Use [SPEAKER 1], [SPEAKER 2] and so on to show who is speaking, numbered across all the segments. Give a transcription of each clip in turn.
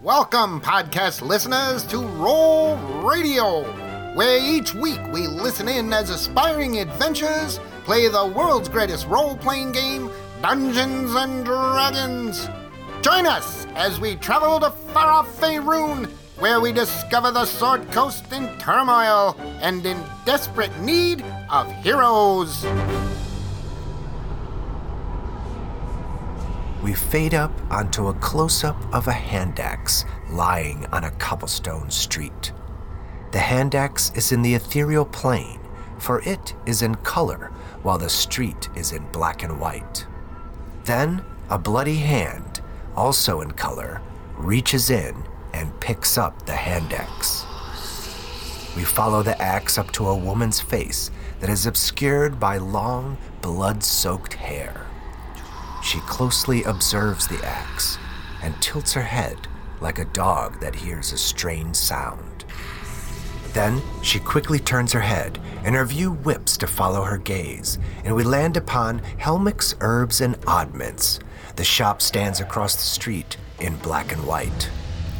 [SPEAKER 1] Welcome, podcast listeners, to Roll Radio, where each week we listen in as aspiring adventurers play the world's greatest role playing game, Dungeons and Dragons. Join us as we travel to far off Faerun, where we discover the Sword Coast in turmoil and in desperate need of heroes.
[SPEAKER 2] We fade up onto a close up of a hand axe lying on a cobblestone street. The hand axe is in the ethereal plane, for it is in color while the street is in black and white. Then a bloody hand, also in color, reaches in and picks up the hand axe. We follow the axe up to a woman's face that is obscured by long, blood soaked hair. She closely observes the axe and tilts her head like a dog that hears a strange sound. Then she quickly turns her head, and her view whips to follow her gaze, and we land upon Helmick's Herbs and Oddments. The shop stands across the street in black and white.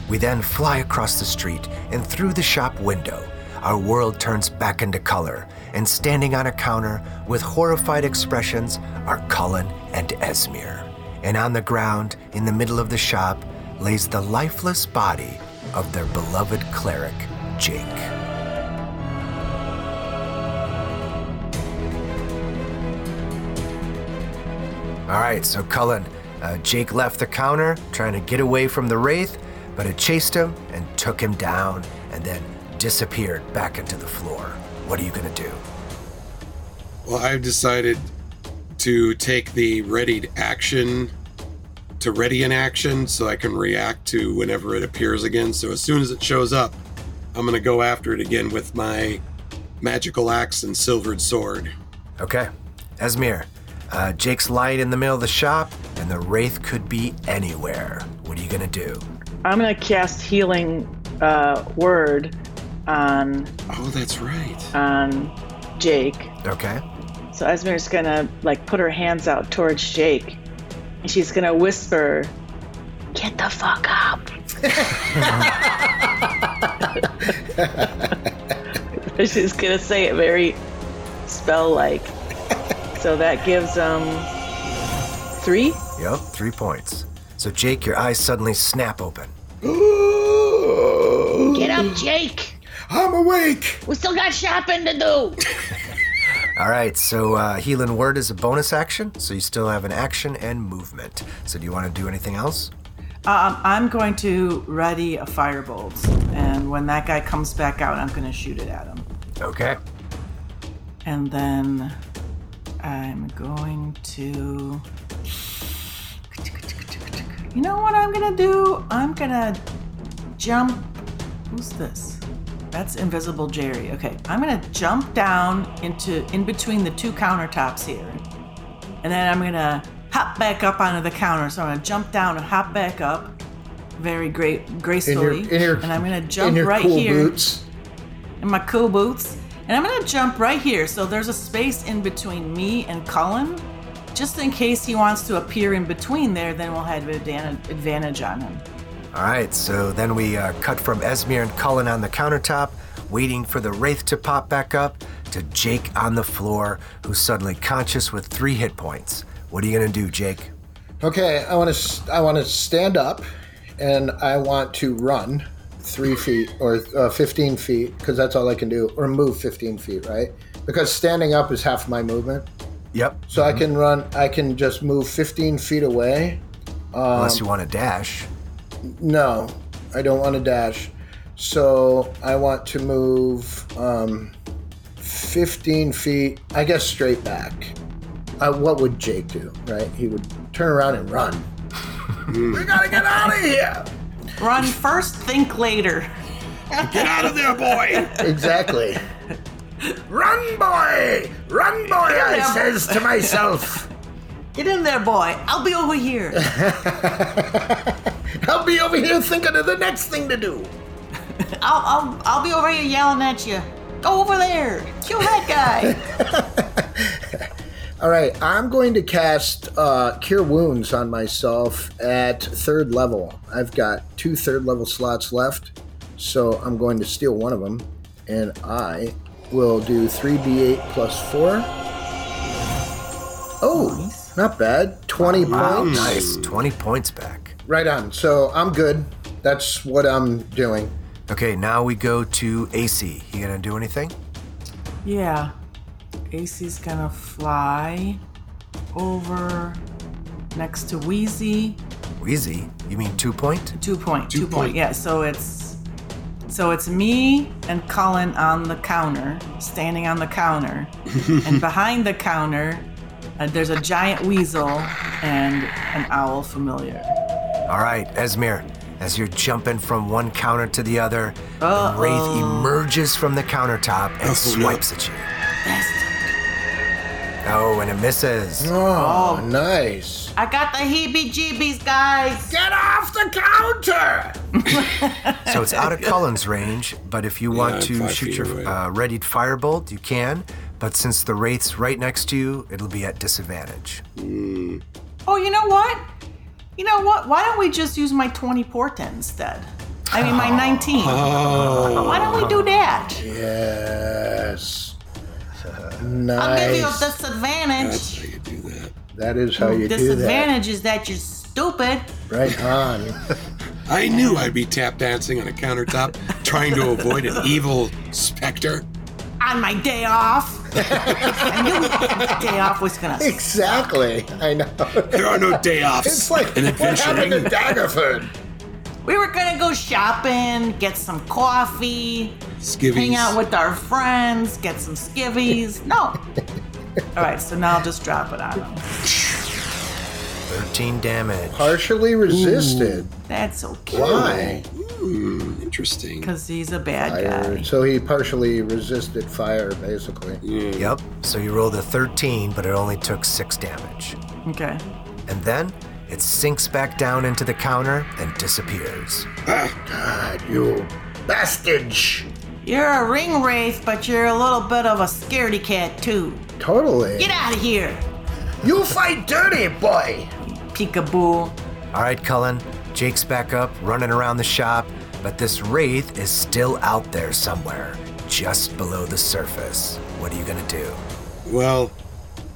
[SPEAKER 2] We then fly across the street and through the shop window. Our world turns back into color, and standing on a counter with horrified expressions are Cullen and Esmir. And on the ground, in the middle of the shop, lays the lifeless body of their beloved cleric, Jake. All right, so Cullen, uh, Jake left the counter trying to get away from the wraith, but it chased him and took him down and then disappeared back into the floor. What are you going to do?
[SPEAKER 3] Well, I've decided to take the readied action to ready an action so I can react to whenever it appears again. So as soon as it shows up, I'm going to go after it again with my magical axe and silvered sword.
[SPEAKER 2] Okay, Esmir, uh, Jake's lying in the middle of the shop and the wraith could be anywhere. What are you going to do?
[SPEAKER 4] I'm gonna cast healing uh, word on
[SPEAKER 3] Oh, that's right.
[SPEAKER 4] on Jake.
[SPEAKER 2] Okay,
[SPEAKER 4] So Esmer's gonna like put her hands out towards Jake, and she's gonna whisper, "Get the fuck up." she's gonna say it very spell-like. So that gives um three.
[SPEAKER 2] yep, three points. So, Jake, your eyes suddenly snap open.
[SPEAKER 5] Uh,
[SPEAKER 6] Get up, Jake.
[SPEAKER 3] I'm awake.
[SPEAKER 6] We still got shopping to do.
[SPEAKER 2] All right, so uh, healing word is a bonus action, so you still have an action and movement. So, do you want to do anything else?
[SPEAKER 7] Um, I'm going to ready a firebolt, and when that guy comes back out, I'm going to shoot it at him.
[SPEAKER 2] Okay.
[SPEAKER 7] And then I'm going to. You know what I'm going to do? I'm going to jump. Who's this? That's Invisible Jerry. Okay, I'm going to jump down into in between the two countertops here. And then I'm going to hop back up onto the counter. So I'm going to jump down and hop back up very great gracefully. and I'm going to jump
[SPEAKER 5] in your
[SPEAKER 7] right
[SPEAKER 5] cool
[SPEAKER 7] here
[SPEAKER 5] Boots.
[SPEAKER 7] in my cool boots. And I'm gonna jump right here. So there's a space in between me and Cullen. Just in case he wants to appear in between there, then we'll have advan- advantage on him.
[SPEAKER 2] All right, so then we uh, cut from Esmir and Cullen on the countertop, waiting for the Wraith to pop back up, to Jake on the floor, who's suddenly conscious with three hit points. What are you going to do, Jake?
[SPEAKER 5] Okay, I want to I want to stand up, and I want to run three feet or uh, fifteen feet because that's all I can do, or move fifteen feet, right? Because standing up is half my movement,
[SPEAKER 2] Yep.
[SPEAKER 5] so I can run. I can just move fifteen feet away.
[SPEAKER 2] Unless you want to dash.
[SPEAKER 5] No, I don't want to dash. So I want to move um, fifteen feet. I guess straight back. Uh, what would Jake do? Right? He would turn around and run. we gotta get out of here.
[SPEAKER 7] Run first, think later.
[SPEAKER 3] Get out of there, boy.
[SPEAKER 5] Exactly. Run, boy! Run, boy! I
[SPEAKER 7] Yeah.
[SPEAKER 5] says to myself.
[SPEAKER 7] Get in there, boy. I'll be over here.
[SPEAKER 5] I'll be over here thinking of the next thing to do.
[SPEAKER 7] I'll, I'll, I'll be over here yelling at you. Go over there. Cue that guy.
[SPEAKER 5] All right, I'm going to cast uh, Cure Wounds on myself at third level. I've got two third level slots left, so I'm going to steal one of them, and I will do 3d8 plus 4. Oh,
[SPEAKER 7] Nice.
[SPEAKER 5] not bad. 20 points.
[SPEAKER 2] Nice, 20 points back.
[SPEAKER 5] Right on. So I'm good. That's what I'm doing.
[SPEAKER 2] Okay, now we go to AC. You gonna do anything?
[SPEAKER 7] Yeah. AC's gonna fly over next to Wheezy.
[SPEAKER 2] Wheezy? You mean two point?
[SPEAKER 7] Two point.
[SPEAKER 3] Two
[SPEAKER 7] Two, point.
[SPEAKER 3] point.
[SPEAKER 7] Yeah. So it's so it's me and Cullen on the counter, standing on the counter, and behind the counter, uh, there's a giant weasel and an owl familiar.
[SPEAKER 2] All right, Esmir, as you're jumping from one counter to the other, the wraith emerges from the countertop and
[SPEAKER 3] Oh, no.
[SPEAKER 2] swipes at you. Oh, and it misses.
[SPEAKER 5] Oh, nice.
[SPEAKER 7] I got the heebie-jeebies, guys.
[SPEAKER 5] Get off the counter!
[SPEAKER 2] So it's out of Cullen's range, but if you
[SPEAKER 3] I'm
[SPEAKER 2] want to
[SPEAKER 3] five
[SPEAKER 2] shoot
[SPEAKER 3] feet
[SPEAKER 2] your
[SPEAKER 3] away.
[SPEAKER 2] uh, readied firebolt, you can. But since the wraith's right next to you, it'll be at disadvantage.
[SPEAKER 7] Oh, you know what? You know what? Why don't we just use my 20 portent instead? I mean, my 19.
[SPEAKER 5] Oh.
[SPEAKER 3] Oh,
[SPEAKER 7] Why don't we do that?
[SPEAKER 5] Yes.
[SPEAKER 7] I'll give you a
[SPEAKER 5] Nice.
[SPEAKER 3] That's
[SPEAKER 7] disadvantage.
[SPEAKER 3] how you do that.
[SPEAKER 5] That is how you do that.
[SPEAKER 7] disadvantage is that you're stupid.
[SPEAKER 5] Right on.
[SPEAKER 3] I knew I'd be tap dancing on a countertop, trying to avoid an evil specter.
[SPEAKER 7] On my day off. I knew my day off was gonna.
[SPEAKER 5] exactly. I know.
[SPEAKER 3] There are no day offs.
[SPEAKER 5] It's like
[SPEAKER 3] an
[SPEAKER 5] what
[SPEAKER 3] adventure.
[SPEAKER 5] happened to Daggerford?
[SPEAKER 7] We were gonna go shopping, get some coffee,
[SPEAKER 3] Skivvies.
[SPEAKER 7] hang out with our friends, get some skivvies. No. All right, so now I'll just drop it on him.
[SPEAKER 2] 13 damage.
[SPEAKER 5] Partially resisted.
[SPEAKER 7] That's okay.
[SPEAKER 5] Why?
[SPEAKER 3] Hmm, interesting.
[SPEAKER 7] Because he's a bad
[SPEAKER 5] Fire.
[SPEAKER 7] guy.
[SPEAKER 5] So he partially resisted fire, basically.
[SPEAKER 2] Yep. So you rolled a 13, but it only took 6 damage.
[SPEAKER 7] Okay.
[SPEAKER 2] And then it sinks back down into the counter and disappears.
[SPEAKER 5] God, you bastage.
[SPEAKER 7] You're a ring wraith, but you're a little bit of a scaredy cat too.
[SPEAKER 5] Totally.
[SPEAKER 7] Get out of here,
[SPEAKER 5] You fight dirty, boy.
[SPEAKER 7] peekaboo.
[SPEAKER 2] All right, Cullen, Jake's back up, running around the shop, but this wraith is still out there somewhere, just below the surface. What are you gonna do?
[SPEAKER 3] Well,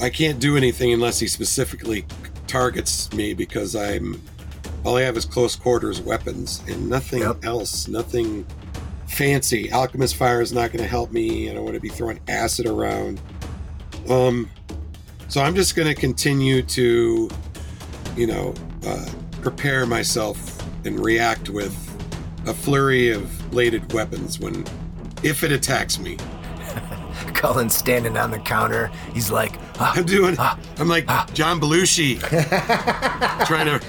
[SPEAKER 3] I can't do anything unless he specifically targets me because I'm all I have is close quarters weapons and nothing
[SPEAKER 2] Yep.
[SPEAKER 3] else, nothing fancy. Alchemist fire is not going to help me. I don't want to be throwing acid around. Um, so I'm just going to continue to, you know, uh, prepare myself and react with a flurry of bladed weapons when, if it attacks me.
[SPEAKER 2] Cullen's standing on the counter. He's like, "Ah,
[SPEAKER 3] I'm doing. I'm like
[SPEAKER 7] Ah.
[SPEAKER 3] John Belushi, trying to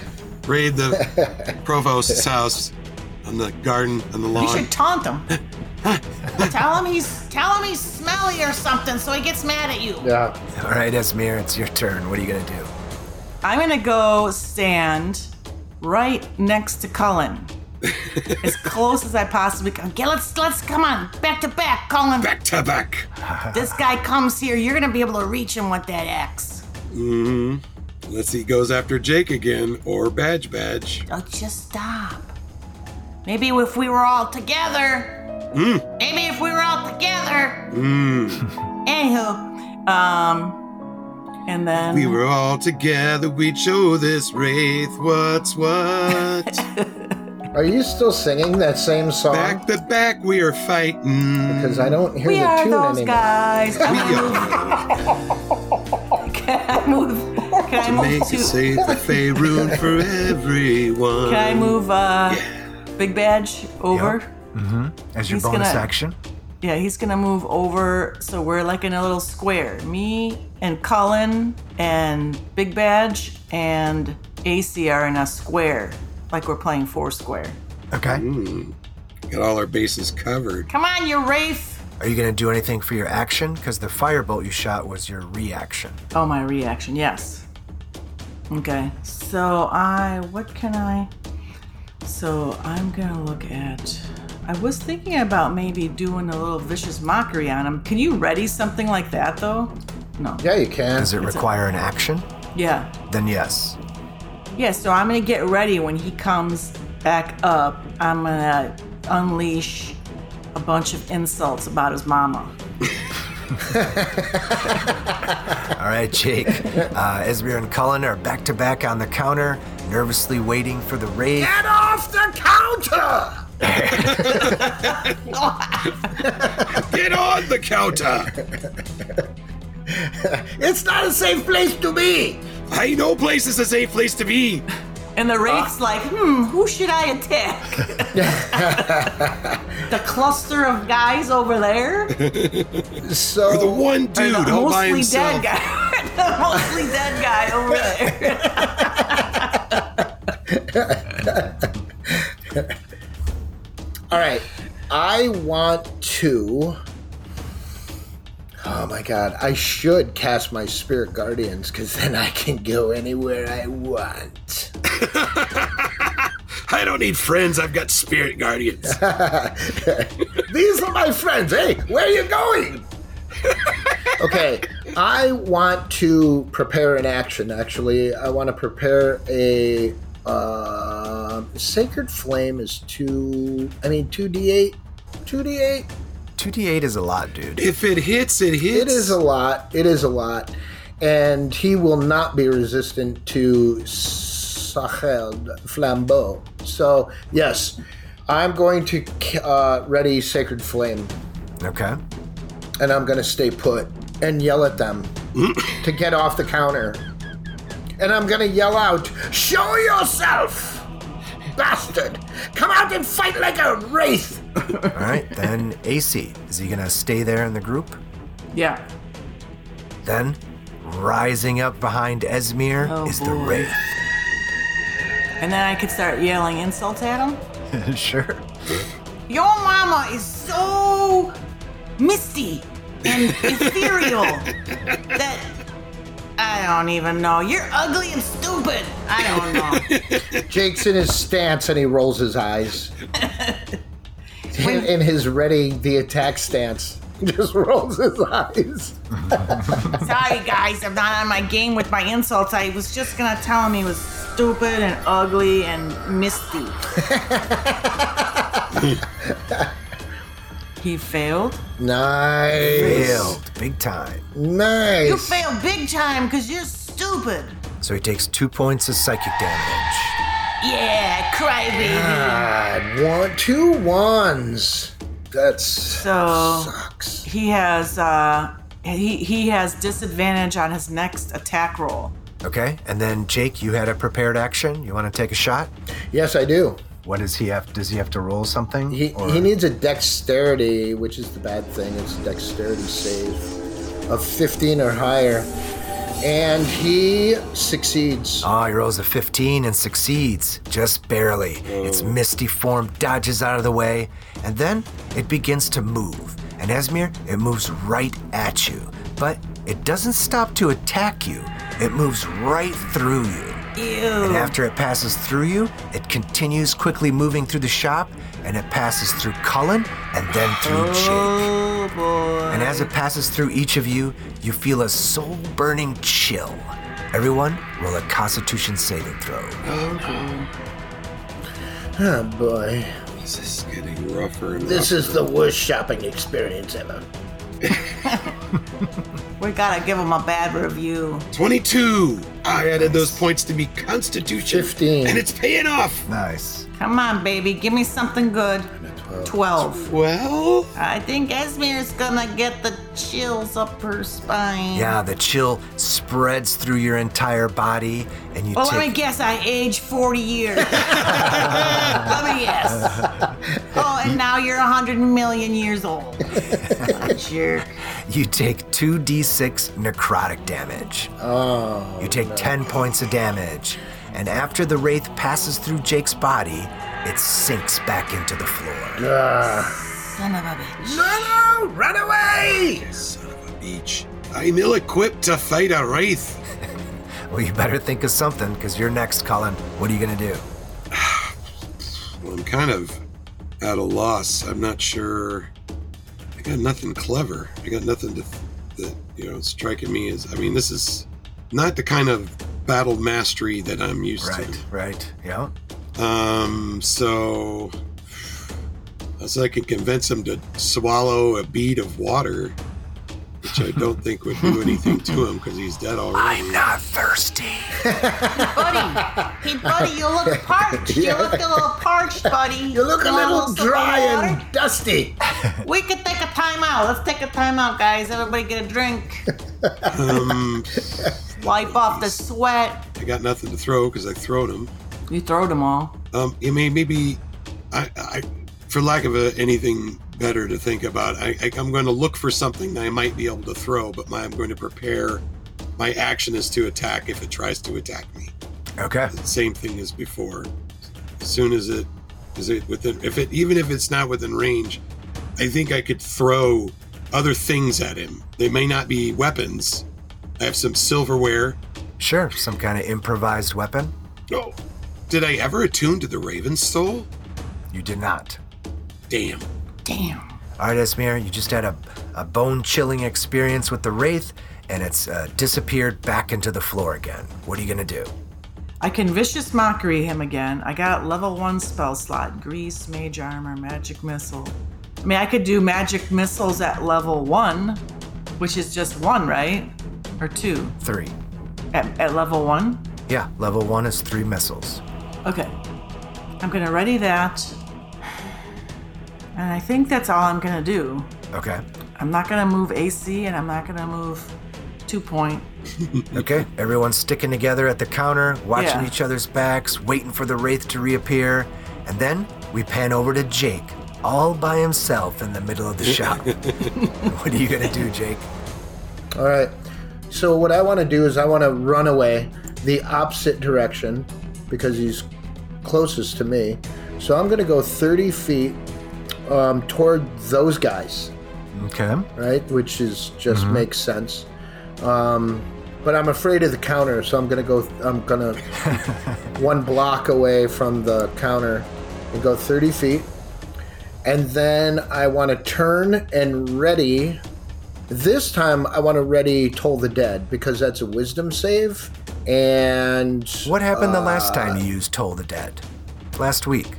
[SPEAKER 3] raid the provost's house on the garden on the
[SPEAKER 7] You
[SPEAKER 3] lawn.
[SPEAKER 7] should taunt him. tell him he's tell him he's smelly or something, so he gets mad at you.
[SPEAKER 5] Yeah.
[SPEAKER 2] all right, Esmir, it's your turn. What are you gonna do?
[SPEAKER 7] I'm gonna go stand right next to Cullen, as close as I possibly can. Okay, let's let's come on back to back, Cullen.
[SPEAKER 3] Back to back.
[SPEAKER 7] This guy comes here, you're gonna be able to reach him with that axe.
[SPEAKER 3] hmm Unless he goes after Jake again or Badge Badge.
[SPEAKER 7] Oh, just stop. Maybe if we were all together.
[SPEAKER 3] Hmm.
[SPEAKER 7] Maybe if we were all together.
[SPEAKER 3] Mm.
[SPEAKER 7] Anywho, um, and then
[SPEAKER 3] We were all together. We'd show this wraith what's what.
[SPEAKER 5] Are you still singing that same song?
[SPEAKER 3] back to back, we are fighting.
[SPEAKER 5] Because I don't hear
[SPEAKER 7] We
[SPEAKER 5] the
[SPEAKER 7] are
[SPEAKER 5] tune
[SPEAKER 7] those
[SPEAKER 5] anymore.
[SPEAKER 7] guys.
[SPEAKER 3] We
[SPEAKER 7] I'm gonna move-
[SPEAKER 3] are
[SPEAKER 7] Can I move? Can I
[SPEAKER 3] make
[SPEAKER 7] move
[SPEAKER 3] it
[SPEAKER 7] to?
[SPEAKER 3] safe and Faerun for everyone.
[SPEAKER 7] Can I move? Uh, Big Badge over.
[SPEAKER 2] As your
[SPEAKER 7] He's
[SPEAKER 2] bonus
[SPEAKER 7] gonna-
[SPEAKER 2] action,
[SPEAKER 7] Yeah, he's gonna move over. So we're like in a little square. Me and Cullen and Big Badge and AC are in a square, like we're playing four square.
[SPEAKER 2] okay?
[SPEAKER 3] Got all our bases covered.
[SPEAKER 7] Come on, you Wraith.
[SPEAKER 2] Are you gonna do anything for your action? Because the firebolt you shot was your reaction.
[SPEAKER 7] Oh, my reaction. Yes. Okay. So I, what can I? So I'm gonna look at. I was thinking about maybe doing a little vicious mockery on him. Can you ready something like that though? No.
[SPEAKER 5] Yeah, you can.
[SPEAKER 2] Does it require an action?
[SPEAKER 7] Yeah.
[SPEAKER 2] Then yes.
[SPEAKER 7] Yeah, so I'm gonna get ready when he comes back up. I'm gonna unleash a bunch of insults about his mama.
[SPEAKER 2] All right, Jake. Uh, Esmir and Cullen are back to back on the counter, nervously waiting for the raid.
[SPEAKER 5] Get off the counter!
[SPEAKER 3] Get on the counter.
[SPEAKER 5] It's not a safe place to be!
[SPEAKER 3] I know place is a safe place to be.
[SPEAKER 7] And
[SPEAKER 3] Ah.
[SPEAKER 7] the rake's like, hmm, who should I attack? the cluster of guys over there?
[SPEAKER 5] So,
[SPEAKER 3] The one
[SPEAKER 5] Oh,
[SPEAKER 3] dude
[SPEAKER 7] the
[SPEAKER 3] all by
[SPEAKER 7] mostly
[SPEAKER 3] himself.
[SPEAKER 7] dead guy. the mostly dead guy over there.
[SPEAKER 5] all right, I want to. Oh my god, I should cast my Spirit Guardians because then I can go anywhere I want.
[SPEAKER 3] I don't need friends. I've got spirit guardians.
[SPEAKER 5] These are my friends. Hey, where are you going? okay, I want to prepare an action. Actually, I want to prepare a uh, sacred flame is two. I mean, two d eight, two d eight.
[SPEAKER 2] 2d8 is a lot, dude.
[SPEAKER 3] if it hits, it hits.
[SPEAKER 5] It is a lot. It is a lot, and he will not be resistant to Sahel Flambeau. So yes, I'm going to uh, ready sacred flame.
[SPEAKER 2] Okay.
[SPEAKER 5] and I'm gonna stay put and yell at them to get off the counter. And I'm gonna yell out, "Show yourself, bastard! Come out and fight like a wraith!"
[SPEAKER 2] All right, then AC. Is he going to stay there in the group?
[SPEAKER 7] Yeah.
[SPEAKER 2] Then, rising up behind Esmir
[SPEAKER 7] Oh,
[SPEAKER 2] is the
[SPEAKER 7] boy.
[SPEAKER 2] Wraith.
[SPEAKER 7] And then I could start yelling insults at him.
[SPEAKER 2] sure.
[SPEAKER 7] Your mama is so misty and ethereal that I don't even know. You're ugly and stupid. I don't know.
[SPEAKER 5] Jake's in his stance and he rolls his eyes. in, in his ready the attack stance, he just rolls his eyes.
[SPEAKER 7] Sorry, guys, I'm not on my game with my insults. I was just gonna tell him he was stupid and ugly and misty. he failed.
[SPEAKER 5] Nice,
[SPEAKER 2] Failed big time.
[SPEAKER 5] nice.
[SPEAKER 7] You failed big time because you're stupid.
[SPEAKER 2] So he takes two points of psychic damage.
[SPEAKER 7] Yeah, crybaby.
[SPEAKER 5] God, one, two ones. That's
[SPEAKER 7] So-
[SPEAKER 5] sucks.
[SPEAKER 7] He has uh he he has disadvantage on his next attack roll.
[SPEAKER 2] Okay, and then Jake, you had a prepared action. You want to take a shot?
[SPEAKER 5] Yes, I do.
[SPEAKER 2] What does he have? Does he have to roll something?
[SPEAKER 5] He,
[SPEAKER 2] Or-
[SPEAKER 5] he needs a dexterity, which is the bad thing. It's a dexterity save of 15 or higher. And he succeeds.
[SPEAKER 2] Oh, he rolls a 15 and succeeds, just barely. Its misty form dodges out of the way, and then it begins to move. And Esmir, it moves right at you, but it doesn't stop to attack you. It moves right through you. And
[SPEAKER 7] Ew.
[SPEAKER 2] after it passes through you, it continues quickly moving through the shop, and it passes through Cullen and then through Jake.
[SPEAKER 7] Oh boy.
[SPEAKER 2] And as it passes through each of you, you feel a soul burning chill. Everyone, roll a constitution saving throw.
[SPEAKER 5] Oh boy.
[SPEAKER 3] This is getting rougher and
[SPEAKER 5] This
[SPEAKER 3] rougher.
[SPEAKER 5] is the worst shopping experience ever.
[SPEAKER 7] We gotta give him a bad review.
[SPEAKER 3] 22. I added those points to be constitution.
[SPEAKER 5] 15.
[SPEAKER 3] And it's paying off.
[SPEAKER 2] Nice.
[SPEAKER 7] Come on, baby, give me something good. Twelve.
[SPEAKER 3] Well,
[SPEAKER 7] I think Esmir's gonna get the chills up her spine.
[SPEAKER 2] Yeah, the chill spreads through your entire body, and you
[SPEAKER 7] Well, let me
[SPEAKER 2] take.
[SPEAKER 7] guess. I age 40 years. let me guess. Oh, and now you're 100 million years old. Jerk.
[SPEAKER 2] You take 2d6 necrotic damage. Oh. You take 10 points of damage. And after the wraith passes through Jake's body, it sinks back into the floor.
[SPEAKER 7] Son of a bitch.
[SPEAKER 5] No, no, run away!
[SPEAKER 3] son of a beach. I'm ill equipped to fight a wraith.
[SPEAKER 2] Well, you better think of something, because you're next, Colin. What are you going to do?
[SPEAKER 3] Well, I'm kind of at a loss. I'm not sure. I got nothing clever. I got nothing to th- that you know striking me is. I mean, this is not the kind of battle mastery that I'm used
[SPEAKER 2] Right, right. Yeah.
[SPEAKER 3] to. Um, so, unless I can convince him to swallow a bead of water, which I don't think would do anything to him because he's dead already.
[SPEAKER 2] I'm not thirsty.
[SPEAKER 6] buddy. Hey, buddy, you look parched.
[SPEAKER 5] Yeah.
[SPEAKER 6] You look a little parched, buddy.
[SPEAKER 5] You look a
[SPEAKER 6] wanna
[SPEAKER 5] little
[SPEAKER 6] sip of
[SPEAKER 5] dry
[SPEAKER 6] water?
[SPEAKER 5] and dusty.
[SPEAKER 6] We could take a timeout. Let's take a timeout, guys. Everybody get a drink.
[SPEAKER 3] Um,
[SPEAKER 6] Wipe off the sweat.
[SPEAKER 3] I got nothing to throw because I thrown him.
[SPEAKER 7] You throw them all.
[SPEAKER 3] Um, I mean, maybe, I, I, for lack of a, anything better to think about, I, I, I'm going to look for something that I might be able to throw, but my, I'm going to prepare. My action is to attack if it tries to attack me.
[SPEAKER 2] Okay.
[SPEAKER 3] Same thing as before. As soon as it is it within, if it even if it's not within range, I think I could throw other things at him. They may not be weapons. I have some silverware.
[SPEAKER 2] Sure. Some kind of improvised weapon?
[SPEAKER 3] No. Did I ever attune to the Raven's soul?
[SPEAKER 2] You did not.
[SPEAKER 3] Damn.
[SPEAKER 7] Damn.
[SPEAKER 2] All right, Esmir, you just had a, a bone chilling experience with the Wraith, and it's uh, disappeared back into the floor again. What are you going to do?
[SPEAKER 7] I can vicious mockery him again. I got level one spell slot, grease, mage armor, magic missile. I mean, I could do magic missiles at level one, which is just one, right? Or two
[SPEAKER 2] Three.
[SPEAKER 7] at, at level one.
[SPEAKER 2] Yeah, level one is three missiles.
[SPEAKER 7] Okay, I'm gonna ready that, and I think that's all I'm gonna do.
[SPEAKER 2] Okay.
[SPEAKER 7] I'm not gonna move AC, and I'm not gonna move two point.
[SPEAKER 2] Okay. Everyone's sticking together at the counter, watching
[SPEAKER 7] Yeah.
[SPEAKER 2] each other's backs, waiting for the Wraith to reappear. And then we pan over to Jake, all by himself in the middle of the shop. what are you going to do, Jake?
[SPEAKER 5] All right. So what I want to do is I want to run away the opposite direction because he's closest to me. So I'm going to go 30 feet um, toward those guys,
[SPEAKER 2] Okay.
[SPEAKER 5] right? Which is just
[SPEAKER 2] Mm-hmm.
[SPEAKER 5] makes sense. Um, but I'm afraid of the counter, so I'm going to go. I'm going to one block away from the counter and go 30 feet. And then I want to turn and ready. This time I want to ready Toll the Dead because that's a wisdom save. And. uh,
[SPEAKER 2] What happened the last time you used Toll the Dead? Last week.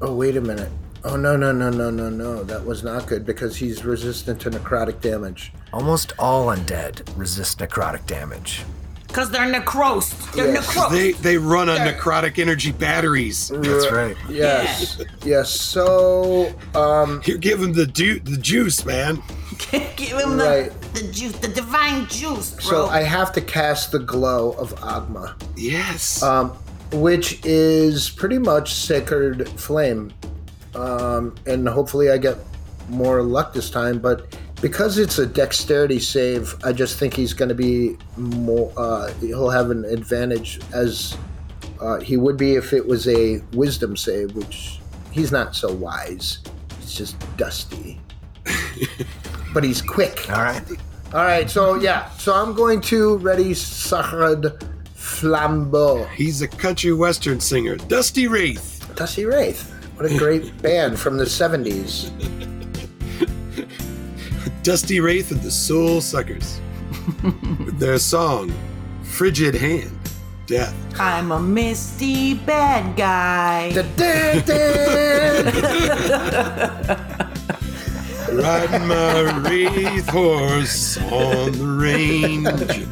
[SPEAKER 5] Oh, wait a minute. Oh, no, no, no, no, no, no. That was not good because he's resistant to necrotic damage.
[SPEAKER 2] Almost all undead resist necrotic damage.
[SPEAKER 6] Because they're necrosed. They're
[SPEAKER 5] Yes.
[SPEAKER 6] necrosed.
[SPEAKER 3] They they run on necrotic energy batteries.
[SPEAKER 2] That's right.
[SPEAKER 5] Yes. yes. So. Um,
[SPEAKER 3] You give them the ju- the juice, man.
[SPEAKER 6] Give him the,
[SPEAKER 5] right.
[SPEAKER 6] the juice, the divine juice, bro.
[SPEAKER 5] So I have to cast the glow of Agma.
[SPEAKER 3] Yes.
[SPEAKER 5] um, which is pretty much sacred flame um, and hopefully i get more luck this time but because it's a dexterity save i just think he's going to be more uh, he'll have an advantage as uh, he would be if it was a wisdom save which he's not so wise he's just dusty but he's quick
[SPEAKER 2] All right.
[SPEAKER 5] all right so yeah so i'm going to ready sacred flambeau
[SPEAKER 3] He's a country western singer, Dusty Wraith.
[SPEAKER 5] Dusty Wraith. What a great band from the 70s.
[SPEAKER 3] Dusty Wraith and the Soul Suckers. With their song, Frigid Hand, Death.
[SPEAKER 7] I'm a misty bad guy.
[SPEAKER 5] Da-da-da.
[SPEAKER 3] Riding my wraith horse on the range.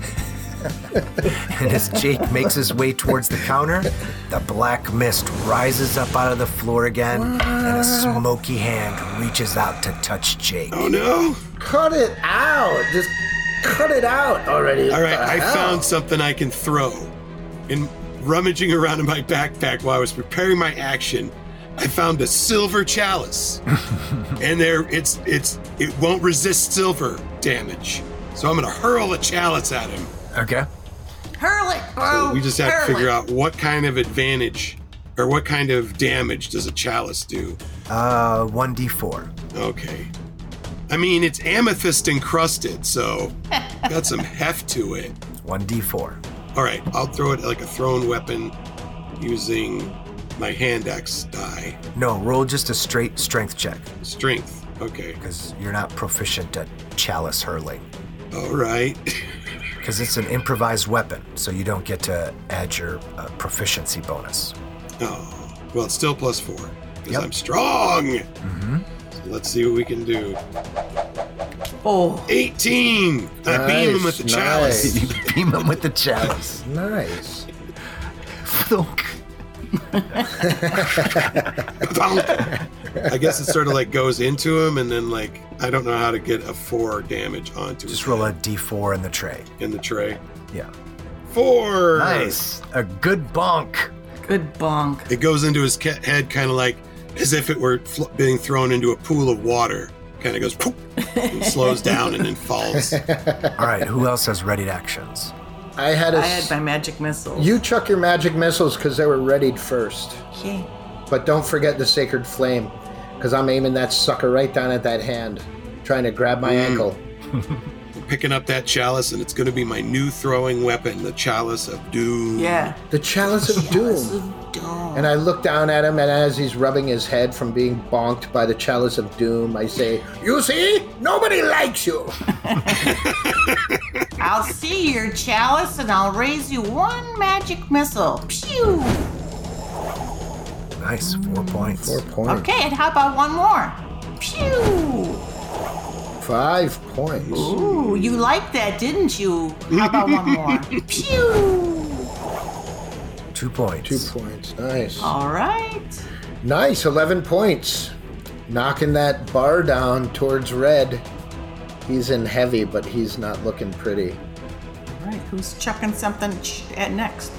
[SPEAKER 2] And as Jake makes his way towards the counter, the black mist rises up out of the floor again, and a smoky hand reaches out to touch Jake.
[SPEAKER 3] Oh no!
[SPEAKER 5] cut it out. Just cut it out already.
[SPEAKER 3] All right,
[SPEAKER 5] What the
[SPEAKER 3] I
[SPEAKER 5] hell?
[SPEAKER 3] found something I can throw. In rummaging around in my backpack while I was preparing my action, I found a silver chalice, and there it's it's it won't resist silver damage. So I'm gonna hurl a chalice at him.
[SPEAKER 2] Okay.
[SPEAKER 6] Hurl it, bro.
[SPEAKER 3] So we just have
[SPEAKER 6] Hurl
[SPEAKER 3] to figure
[SPEAKER 6] it.
[SPEAKER 3] out what kind of advantage or what kind of damage does a chalice do.
[SPEAKER 2] Uh, 1d4.
[SPEAKER 3] Okay. I mean, it's amethyst encrusted, so got some heft to it.
[SPEAKER 2] 1d4.
[SPEAKER 3] All right, I'll throw it like a thrown weapon using my hand axe die.
[SPEAKER 2] No, roll just a straight strength check,
[SPEAKER 3] Strength. Okay.
[SPEAKER 2] because you're not proficient at chalice hurling.
[SPEAKER 3] All right.
[SPEAKER 2] because it's an improvised weapon, so you don't get to add your uh, proficiency bonus.
[SPEAKER 3] Oh, well, it's still plus four because
[SPEAKER 2] Yep. Mm-hmm.
[SPEAKER 3] I'm strong. So let's see what we can do.
[SPEAKER 7] Oh,
[SPEAKER 3] 18. I beam him with
[SPEAKER 5] Nice,
[SPEAKER 3] the
[SPEAKER 5] nice.
[SPEAKER 3] chalice.
[SPEAKER 2] You beam him with the chalice.
[SPEAKER 5] Nice.
[SPEAKER 2] Thunk.
[SPEAKER 3] I guess it sort of like goes into him, and then like I don't know how to get a four damage onto
[SPEAKER 2] Just
[SPEAKER 3] it
[SPEAKER 2] roll a d4 in the tray.
[SPEAKER 3] in the tray.
[SPEAKER 2] Yeah.
[SPEAKER 3] Four.
[SPEAKER 2] Nice. A good bonk.
[SPEAKER 7] good bonk.
[SPEAKER 3] It goes into his ca- head, kind of like as if it were fl- being thrown into a pool of water. Kind of goes poof, and slows down and then falls.
[SPEAKER 2] All right, who else has readied actions?
[SPEAKER 5] I had a.
[SPEAKER 7] I had my magic missile.
[SPEAKER 5] you chuck your magic missiles because they were readied first.
[SPEAKER 7] Okay.
[SPEAKER 5] But don't forget the sacred flame because I'm aiming that sucker right down at that hand, trying to grab my
[SPEAKER 3] Mm.
[SPEAKER 5] ankle.
[SPEAKER 3] Picking up that chalice, and it's going to be my new throwing weapon, the chalice of doom.
[SPEAKER 7] Yeah.
[SPEAKER 5] The Chalice of Doom. And I look down at him, and as he's rubbing his head from being bonked by the Chalice of Doom, I say, You see? Nobody likes you.
[SPEAKER 6] I'll see your chalice and I'll raise you one magic missile. Pew!
[SPEAKER 2] Nice, four points.
[SPEAKER 5] Four points.
[SPEAKER 6] Okay, and how about one more? Pew!
[SPEAKER 5] Five points.
[SPEAKER 6] Ooh, you liked that, didn't you? How about one more? Pew!
[SPEAKER 2] Two points.
[SPEAKER 5] Two points. Nice.
[SPEAKER 6] All right.
[SPEAKER 5] Nice. 11 points. Knocking that bar down towards red. He's in heavy, but he's not looking pretty.
[SPEAKER 7] All right. Who's chucking something ch- at next?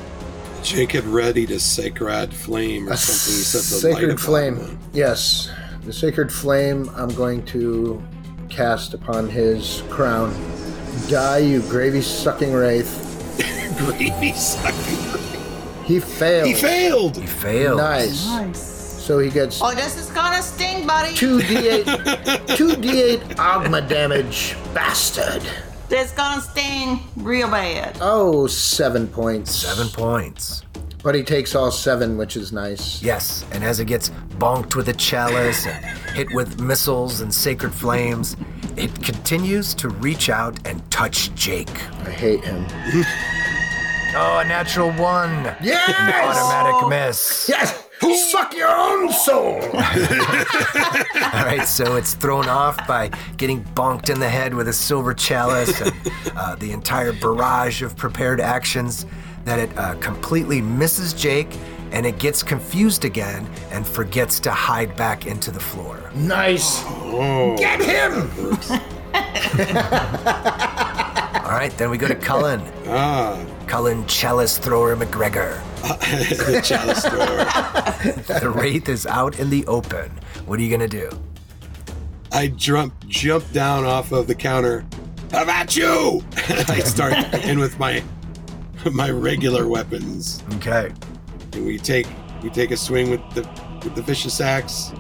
[SPEAKER 3] Jake had readied a sacred flame or something. He said the light
[SPEAKER 5] Sacred
[SPEAKER 3] above
[SPEAKER 5] Flame.
[SPEAKER 3] him.
[SPEAKER 5] Yes. The Sacred Flame I'm going to cast upon his crown. Die, you gravy sucking wraith.
[SPEAKER 3] Gravy sucker.
[SPEAKER 5] He failed.
[SPEAKER 3] He failed.
[SPEAKER 2] He failed.
[SPEAKER 5] Nice.
[SPEAKER 7] Nice.
[SPEAKER 5] So he gets
[SPEAKER 6] Oh, this is gonna sting, buddy.
[SPEAKER 5] 2d8 2d8 Agma damage. Bastard.
[SPEAKER 6] This gonna sting real bad.
[SPEAKER 5] Oh, seven points.
[SPEAKER 2] Seven points.
[SPEAKER 5] But he takes all seven, which is nice.
[SPEAKER 2] Yes, and as it gets bonked with a chalice and hit with missiles and sacred flames, it continues to reach out and touch Jake.
[SPEAKER 5] I hate him.
[SPEAKER 2] Oh, a natural one.
[SPEAKER 5] Yes!
[SPEAKER 2] Automatic miss.
[SPEAKER 5] Yes! Suck your own soul!
[SPEAKER 2] All right, so it's thrown off by getting bonked in the head with a silver chalice and uh, the entire barrage of prepared actions that it uh, completely misses Jake and it gets confused again and forgets to hide back into the floor.
[SPEAKER 5] Nice! Get him!
[SPEAKER 2] All right, then we go to Cullen.
[SPEAKER 5] Oh.
[SPEAKER 3] Ah,
[SPEAKER 2] Cullen Chalice Thrower McGregor.
[SPEAKER 3] the chalice thrower.
[SPEAKER 2] The Wraith is out in the open. What are you going to do?
[SPEAKER 3] I jump, jump down off of the counter. How about you? I start in with my my regular weapons.
[SPEAKER 2] Okay.
[SPEAKER 3] And we take we take a swing with the with the vicious axe.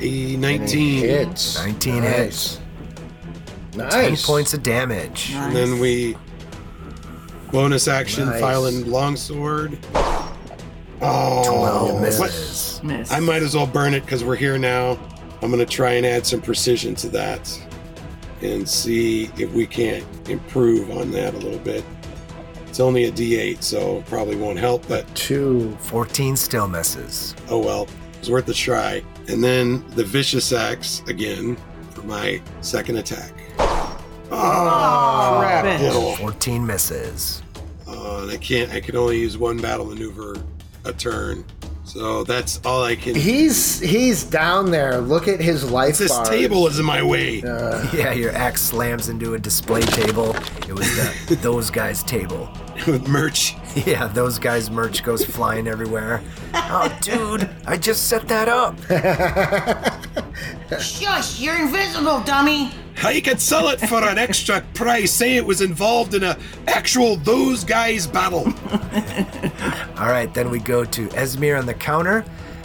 [SPEAKER 3] A nineteen.
[SPEAKER 5] Hits.
[SPEAKER 2] 19 hits.
[SPEAKER 5] Nice.
[SPEAKER 2] 10 points of damage.
[SPEAKER 3] And then we bonus action
[SPEAKER 5] Nice.
[SPEAKER 3] filing longsword. Oh,
[SPEAKER 2] Oh,
[SPEAKER 3] what?
[SPEAKER 2] misses.
[SPEAKER 7] Miss.
[SPEAKER 3] I might as well burn it because we're here now. I'm gonna try and add some precision to that, and see if we can't improve on that a little bit. It's only a D8, so probably won't help, but
[SPEAKER 5] Two.
[SPEAKER 2] 14 still misses.
[SPEAKER 3] oh well, it's worth a try. And then the vicious axe again for my second attack. Oh, crap!
[SPEAKER 7] bitch.
[SPEAKER 3] diddle.
[SPEAKER 2] 14 misses.
[SPEAKER 3] Uh, and I can't. I can only use one battle maneuver a turn, so that's all I can.
[SPEAKER 5] He's he's down there. Look at his life
[SPEAKER 3] this
[SPEAKER 5] bars.
[SPEAKER 3] table is in my way.
[SPEAKER 2] Yeah, your axe slams into a display table. It was the, those guys' table.
[SPEAKER 3] With merch,
[SPEAKER 2] Yeah, those guys' merch goes flying everywhere. Oh, dude, I just set that up.
[SPEAKER 6] Shush, you're invisible, dummy.
[SPEAKER 3] how you can sell it for an extra price? Say it was involved in a actual those guys battle.
[SPEAKER 2] All right, then we go to Esmir on the counter.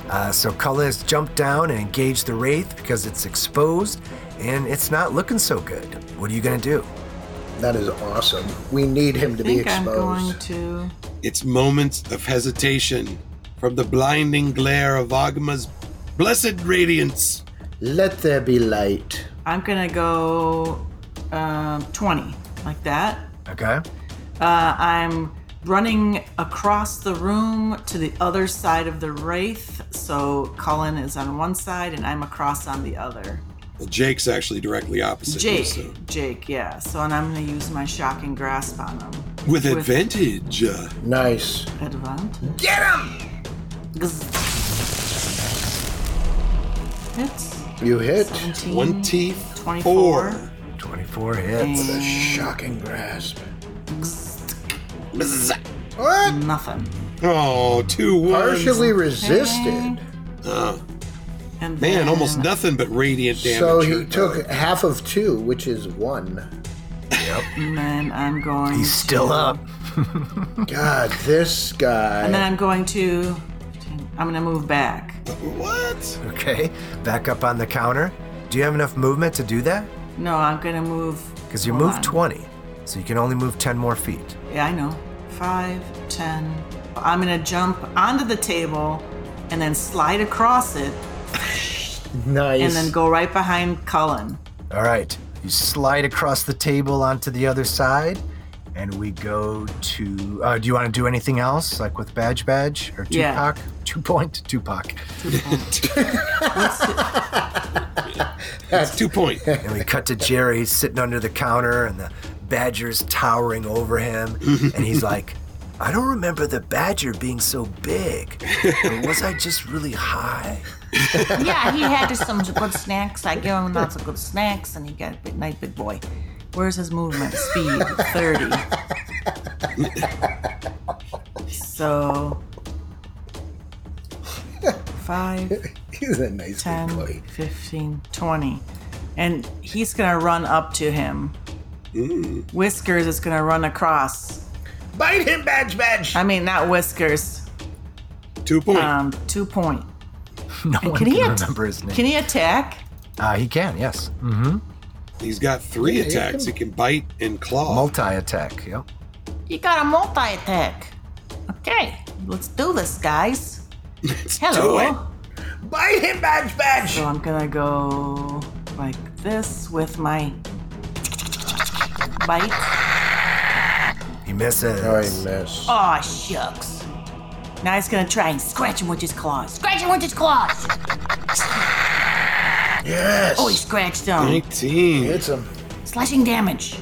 [SPEAKER 2] Uh, so Kala has jumped down and engaged the Wraith because it's exposed and it's not looking so good. What are you going to do?
[SPEAKER 5] That is awesome. We need him to
[SPEAKER 7] I
[SPEAKER 5] be
[SPEAKER 7] think
[SPEAKER 5] exposed.
[SPEAKER 7] I'm going to.
[SPEAKER 3] It's moments of hesitation from the blinding glare of Agma's blessed radiance.
[SPEAKER 5] Let there be light.
[SPEAKER 7] I'm gonna go.
[SPEAKER 6] um, 20, like that.
[SPEAKER 2] Okay.
[SPEAKER 6] Uh, I'm running across the room to the other side of the wraith. So Cullen is on one side and I'm across on the other.
[SPEAKER 3] Well, Jake's actually directly opposite. you,
[SPEAKER 6] Jake,
[SPEAKER 3] so-
[SPEAKER 6] Jake, yeah. So and I'm gonna use my shocking grasp on him.
[SPEAKER 3] With advantage. Uh,
[SPEAKER 5] Nice.
[SPEAKER 6] Advantage. Get him! Hits.
[SPEAKER 5] You hit.
[SPEAKER 6] 17,
[SPEAKER 3] 24.
[SPEAKER 6] 24.
[SPEAKER 2] 24 hits.
[SPEAKER 5] The
[SPEAKER 6] Mm.
[SPEAKER 5] shocking grasp.
[SPEAKER 8] What?
[SPEAKER 6] Nothing.
[SPEAKER 3] Oh, two ones.
[SPEAKER 5] Partially resisted.
[SPEAKER 3] Uh,
[SPEAKER 6] And
[SPEAKER 3] man,
[SPEAKER 6] then-
[SPEAKER 3] almost nothing but radiant damage.
[SPEAKER 5] So he
[SPEAKER 3] hurt,
[SPEAKER 5] took
[SPEAKER 3] though.
[SPEAKER 5] half of two, which is one.
[SPEAKER 6] And then I'm going.
[SPEAKER 2] He's still
[SPEAKER 6] to-
[SPEAKER 2] up.
[SPEAKER 5] God, this
[SPEAKER 6] And then
[SPEAKER 5] guy.
[SPEAKER 6] I'm going to. I'm gonna move back.
[SPEAKER 3] What?
[SPEAKER 2] Okay. Back up on the counter. Do you have enough movement to do that?
[SPEAKER 6] No, I'm gonna move.
[SPEAKER 2] Because you
[SPEAKER 6] Hold
[SPEAKER 2] moved
[SPEAKER 6] on.
[SPEAKER 2] 20, so you can only move 10 more feet.
[SPEAKER 6] Yeah, I know. Five, ten. I'm gonna jump onto the table and then slide across it
[SPEAKER 5] Nice.
[SPEAKER 6] and then go right behind Cullen.
[SPEAKER 2] All right. You slide across the table onto the other side, and we go to. Uh, do you want to do anything else, like with Badge Badge or
[SPEAKER 6] Yeah.
[SPEAKER 2] Tupac? Two point Tupac.
[SPEAKER 3] That's two point.
[SPEAKER 2] And we cut to Jerry sitting under the counter, and the badger's towering over him, and he's like, "I don't remember the badger being so big. Or was I just really high?"
[SPEAKER 9] Yeah, he had just some good snacks. I gave him lots of good snacks, and he got a big, nice big boy.
[SPEAKER 6] Where's his movement speed? 30. so. 5,
[SPEAKER 5] He's a nice
[SPEAKER 6] 10,
[SPEAKER 5] big boy.
[SPEAKER 6] 15, 20. And he's going to run up to him.
[SPEAKER 3] Mm,
[SPEAKER 6] Whiskers is going to run across.
[SPEAKER 5] Bite him, Badge Badge!
[SPEAKER 6] I mean, not Whiskers.
[SPEAKER 3] Two point.
[SPEAKER 6] Um, two point.
[SPEAKER 2] No one
[SPEAKER 6] Can
[SPEAKER 2] can
[SPEAKER 6] he at-
[SPEAKER 2] remember his name.
[SPEAKER 6] Can he attack?
[SPEAKER 2] uh, he can, yes.
[SPEAKER 3] He's got three attacks. He can bite and claw.
[SPEAKER 2] Multi attack. Yep.
[SPEAKER 9] You got a multi attack. Okay, let's do this, guys.
[SPEAKER 3] Let's
[SPEAKER 9] Hello.
[SPEAKER 3] do it.
[SPEAKER 5] Bite him, Badge Badge!
[SPEAKER 6] So I'm gonna go like this with my bite.
[SPEAKER 2] He misses.
[SPEAKER 5] Oh, he missed.
[SPEAKER 9] Aw, shucks.
[SPEAKER 6] Now he's gonna try and scratch him with his claws.
[SPEAKER 9] Scratch him with his claws.
[SPEAKER 5] Yes!
[SPEAKER 9] Oh, he scratched him.
[SPEAKER 3] Nineteen.
[SPEAKER 5] It's a
[SPEAKER 9] Slashing damage.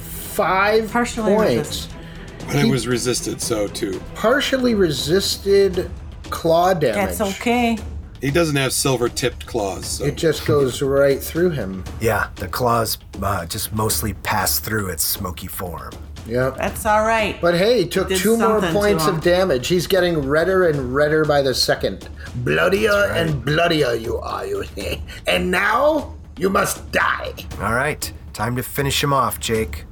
[SPEAKER 5] five
[SPEAKER 6] Partially
[SPEAKER 5] points.
[SPEAKER 6] resisted.
[SPEAKER 3] But it was resisted, so two.
[SPEAKER 5] Partially resisted claw damage.
[SPEAKER 6] That's okay.
[SPEAKER 3] He doesn't have silver tipped claws. So.
[SPEAKER 5] It just goes right through him.
[SPEAKER 2] Yeah, the claws uh, just mostly pass through its smoky form.
[SPEAKER 5] Yep.
[SPEAKER 6] That's all right.
[SPEAKER 5] But hey, he took
[SPEAKER 6] Did
[SPEAKER 5] two more
[SPEAKER 6] something to
[SPEAKER 5] points
[SPEAKER 6] him.
[SPEAKER 5] of damage. He's getting redder and redder by the second. Bloodier and bloodier you are, you. and now you must die.
[SPEAKER 2] All right, time to finish him off, Jake.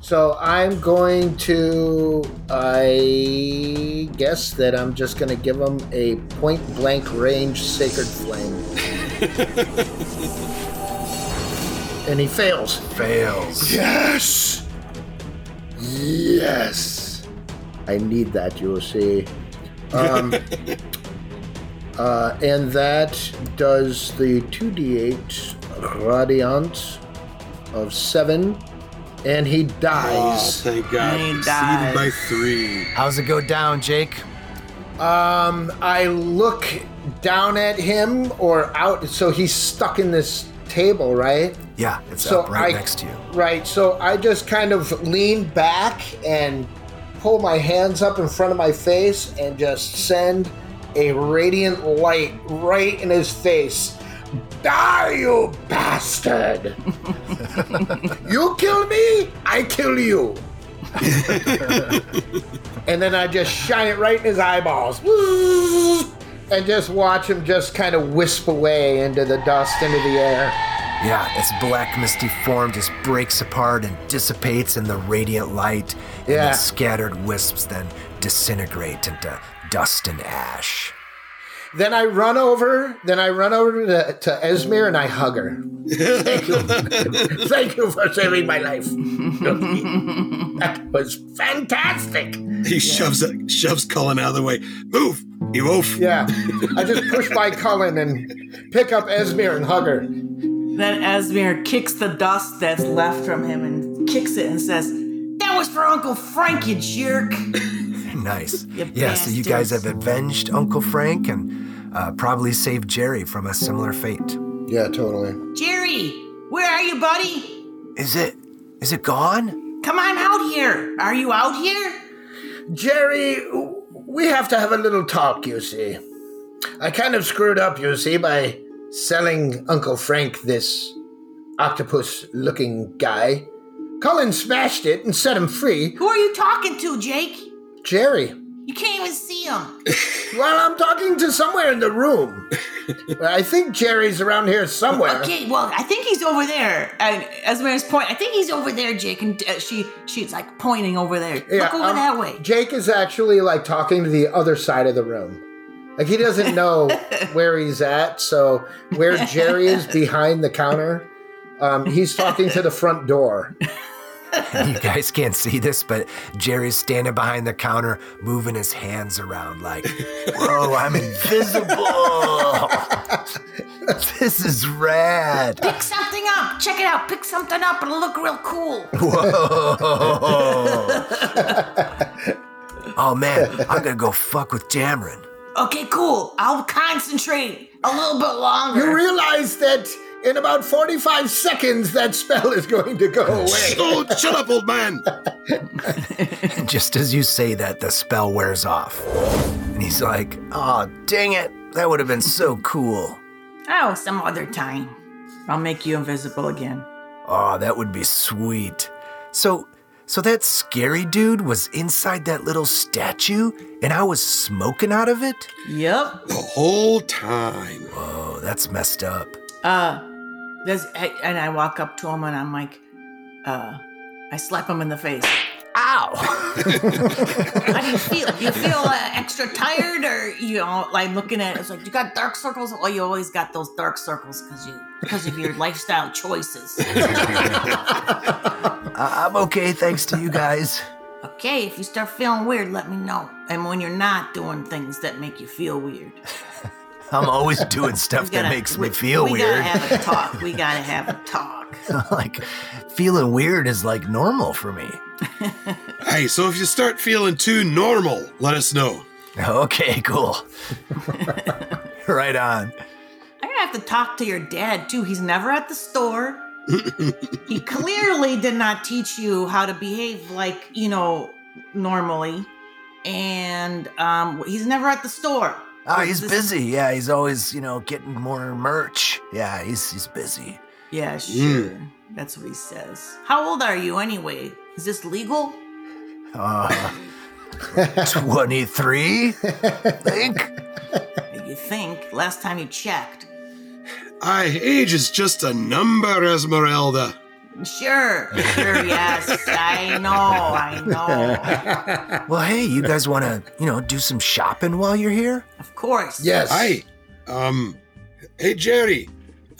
[SPEAKER 5] So I'm going to. I guess that I'm just going to give him a point blank range sacred flame. and he fails.
[SPEAKER 2] Fails.
[SPEAKER 5] Yes! Yes! I need that, you will see. Um, uh, and that does the 2d8 radiant of 7, and he
[SPEAKER 3] Oh,
[SPEAKER 5] dies.
[SPEAKER 3] thank God.
[SPEAKER 6] He
[SPEAKER 3] Exceeded
[SPEAKER 6] dies.
[SPEAKER 3] by three.
[SPEAKER 2] How's it go down, Jake?
[SPEAKER 5] Um, I look down at him or out, so he's stuck in this table, right?
[SPEAKER 2] Yeah, it's up right next to you.
[SPEAKER 5] Right. So I just kind of lean back and pull my hands up in front of my face and just send a radiant light right in his face. Die, you bastard! you kill me, I kill you. and then I just shine it right in his eyeballs. And just watch him just kind of wisp away into the dust, into the air.
[SPEAKER 2] Yeah, its black misty form just breaks apart and dissipates in the radiant light. And
[SPEAKER 5] Yeah.
[SPEAKER 2] the scattered wisps then disintegrate into dust and ash.
[SPEAKER 5] Then I run over. Then I run over to, to Esmir and I hug her. Thank you. Thank you for saving my life. that was fantastic.
[SPEAKER 3] He shoves shoves Cullen out of the way. Move, you oaf.
[SPEAKER 5] Yeah. I just push by Cullen and pick up Esmir and hug her.
[SPEAKER 7] Then Esmir kicks the dust that's left from him and kicks it and says, That was for Uncle Frank, you jerk.
[SPEAKER 2] Nice.
[SPEAKER 7] You
[SPEAKER 2] yeah, so you guys
[SPEAKER 7] bastards.
[SPEAKER 2] have avenged Uncle Frank and uh, probably saved Jerry from a similar fate.
[SPEAKER 5] Yeah, totally.
[SPEAKER 6] Jerry, where are you, buddy?
[SPEAKER 2] Is it? Is it gone?
[SPEAKER 6] Come on out here. Are you out here?
[SPEAKER 5] Jerry, w- we have to have a little talk, you see. I kind of screwed up, you see, by selling Uncle Frank this octopus looking guy. Cullen smashed it and set him free.
[SPEAKER 6] Who are you talking to, Jake?
[SPEAKER 5] Jerry,
[SPEAKER 6] You can't even see him.
[SPEAKER 5] well, I'm talking to somewhere in the room. I think Jerry's around here somewhere.
[SPEAKER 6] Okay, well, I think he's over there. And Esmer's point, I think he's over there, Jake. And uh, she, she's like pointing over there. Look over
[SPEAKER 5] um,
[SPEAKER 6] that way.
[SPEAKER 5] Jake is actually like talking to the other side of the room. Like he doesn't know where he's at, so where Jerry is behind the counter, um, he's talking to the front door.
[SPEAKER 2] you guys can't see this, but Jerry's standing behind the counter, moving his hands around like, whoa, I'm invisible. this is rad.
[SPEAKER 6] Pick something up. Check it out. Pick something up. It'll look real cool.
[SPEAKER 2] Whoa. oh, man, I'm going to go fuck with Jamron.
[SPEAKER 6] Okay, cool. I'll concentrate a little bit longer.
[SPEAKER 5] You realize that in about 45 seconds, that spell is going to go away.
[SPEAKER 3] Oh, shut up, old man.
[SPEAKER 2] And just as you say that, the spell wears off. And he's like, oh, dang it. That would have been so cool.
[SPEAKER 6] Oh, some other time.
[SPEAKER 7] I'll make you invisible again.
[SPEAKER 2] Oh, that would be sweet. So, so that scary dude was inside that little statue and I was smoking out of it?
[SPEAKER 7] Yep.
[SPEAKER 3] The whole time.
[SPEAKER 2] Oh, that's messed up.
[SPEAKER 7] Uh, there's, I- and I walk up to him and I'm like, uh, I slap him in the face.
[SPEAKER 2] Ow!
[SPEAKER 6] How do you feel? You feel uh, extra tired, or you know, like looking at it, it's like you got dark circles. Well, you always got those dark circles because you because of your lifestyle choices.
[SPEAKER 2] I- I'm okay thanks to you guys.
[SPEAKER 6] Okay, if you start feeling weird, let me know. And when you're not doing things that make you feel weird,
[SPEAKER 2] I'm always doing stuff
[SPEAKER 6] we gotta-
[SPEAKER 2] that makes me
[SPEAKER 6] we-
[SPEAKER 2] feel
[SPEAKER 6] we
[SPEAKER 2] weird.
[SPEAKER 6] gotta have a talk. We gotta have a talk.
[SPEAKER 2] like, feeling weird is like normal for me.
[SPEAKER 3] Hey, so if you start feeling too normal, let us know.
[SPEAKER 2] Okay, cool. right on.
[SPEAKER 6] I'm gonna have to talk to your dad too. He's never at the store. he clearly did not teach you how to behave like you know normally, and um, he's never at the store.
[SPEAKER 2] Oh, he's
[SPEAKER 6] This-
[SPEAKER 2] busy. Yeah, he's always, you know, getting more merch. Yeah, he's he's busy.
[SPEAKER 7] Yeah,
[SPEAKER 2] Mm.
[SPEAKER 7] sure. That's what he says.
[SPEAKER 6] How old are you anyway? Is this legal?
[SPEAKER 2] Uh, 23, I think.
[SPEAKER 6] You think? Last time you checked.
[SPEAKER 3] I age is just a number, Esmeralda.
[SPEAKER 6] Sure, sure, yes. I know, I know.
[SPEAKER 2] Well, hey, you guys want to, you know, do some shopping while you're here?
[SPEAKER 6] Of course.
[SPEAKER 5] Yes.
[SPEAKER 3] Hi. Um, hey, Jerry.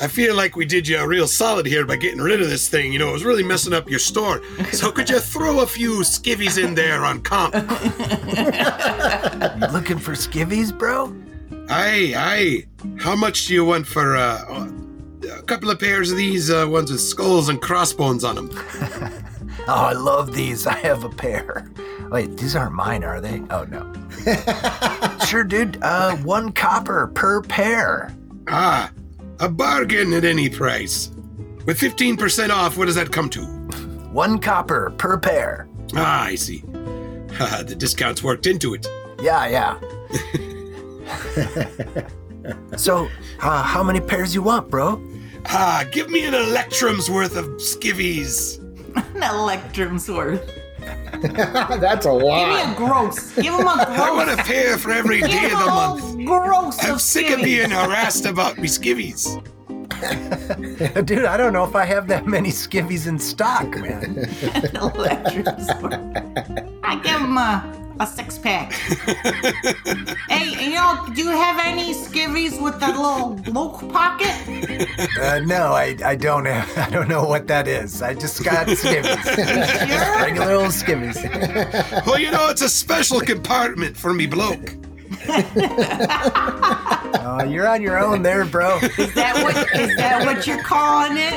[SPEAKER 3] I feel like we did you a real solid here by getting rid of this thing. You know, it was really messing up your store. So could you throw a few skivvies in there on comp?
[SPEAKER 2] You looking for skivvies, bro?
[SPEAKER 3] Aye, aye. How much do you want for uh, uh, a couple of pairs of these uh, ones with skulls and crossbones on them?
[SPEAKER 2] Oh, I love these. I have a pair. Wait, these aren't mine, are they? Oh, no. sure, dude. Uh, one copper per pair.
[SPEAKER 3] Ah, a bargain at any price. With 15% off, what does that come to?
[SPEAKER 2] One copper per pair.
[SPEAKER 3] Ah, I see. Haha, the discount's worked into it.
[SPEAKER 2] Yeah, yeah. so, uh, how many pairs you want, bro?
[SPEAKER 3] Ah, give me an electrum's worth of skivvies.
[SPEAKER 7] An electrum's worth.
[SPEAKER 5] That's a
[SPEAKER 6] Give me
[SPEAKER 5] lot.
[SPEAKER 6] a gross. Give him a
[SPEAKER 3] I
[SPEAKER 6] gross.
[SPEAKER 3] want a pair for every
[SPEAKER 6] Give
[SPEAKER 3] day
[SPEAKER 6] him
[SPEAKER 3] of the
[SPEAKER 6] a
[SPEAKER 3] month.
[SPEAKER 6] gross.
[SPEAKER 3] I'm sick of
[SPEAKER 6] skivvies.
[SPEAKER 3] being harassed about me skivvies.
[SPEAKER 2] Dude, I don't know if I have that many skivvies in stock, man.
[SPEAKER 7] electrum's worth.
[SPEAKER 6] I give him a, a six pack. hey, you know, do you have any skivvies with that little loke pocket?
[SPEAKER 2] Uh, no, I, I don't have. I don't know what that is. I just got skivvies.
[SPEAKER 6] Sure.
[SPEAKER 2] Regular old skivvies.
[SPEAKER 3] Well, you know, it's a special compartment for me bloke.
[SPEAKER 2] Uh, you're on your own there, bro.
[SPEAKER 10] Is that what is that what you're calling it?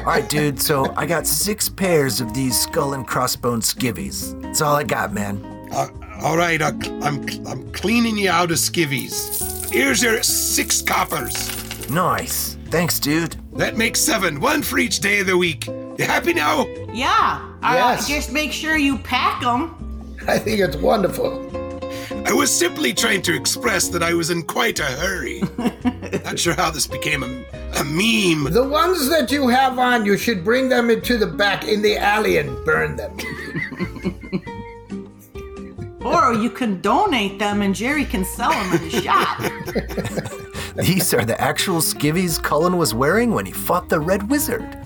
[SPEAKER 2] All right, dude. So I got six pairs of these skull and crossbone skivvies. That's all I got, man.
[SPEAKER 3] Uh, all right, uh, I'm I'm cleaning you out of skivvies. Here's your six coppers.
[SPEAKER 2] Nice. Thanks, dude.
[SPEAKER 3] That makes seven, one for each day of the week. You happy now?
[SPEAKER 10] Yeah. Uh,
[SPEAKER 5] Yes.
[SPEAKER 10] Just make sure you pack them.
[SPEAKER 5] I think it's wonderful.
[SPEAKER 3] I was simply trying to express that I was in quite a hurry. Not sure how this became a, a meme.
[SPEAKER 5] The ones that you have on, you should bring them into the back in the alley and burn them.
[SPEAKER 6] Or you can donate them and Jerry can sell them in the shop.
[SPEAKER 2] These are the actual skivvies Cullen was wearing when he fought the Red Wizard.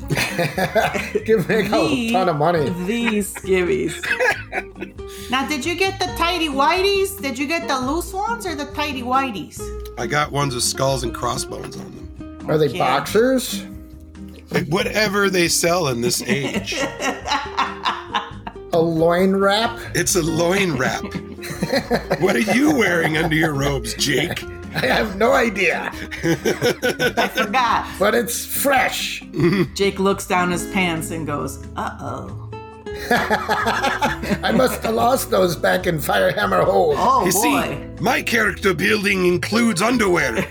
[SPEAKER 5] Give me
[SPEAKER 6] Oh,
[SPEAKER 5] a ton of money.
[SPEAKER 6] These skivvies.
[SPEAKER 10] Now, did you get the tidy whities? Did you get the loose ones or the tidy whities?
[SPEAKER 3] I got ones with skulls and crossbones on them.
[SPEAKER 5] Are they boxers?
[SPEAKER 3] Like, whatever they sell in this age,
[SPEAKER 5] A loin wrap?
[SPEAKER 3] it's a loin wrap. What are you wearing under your robes, Jake?
[SPEAKER 5] I have no idea,
[SPEAKER 6] I forgot.
[SPEAKER 5] but it's fresh.
[SPEAKER 6] Jake looks down his pants and goes, uh oh.
[SPEAKER 5] I must have lost those back in Firehammer Hole.
[SPEAKER 6] Oh
[SPEAKER 3] You see,
[SPEAKER 6] boy.
[SPEAKER 3] my character building includes underwear.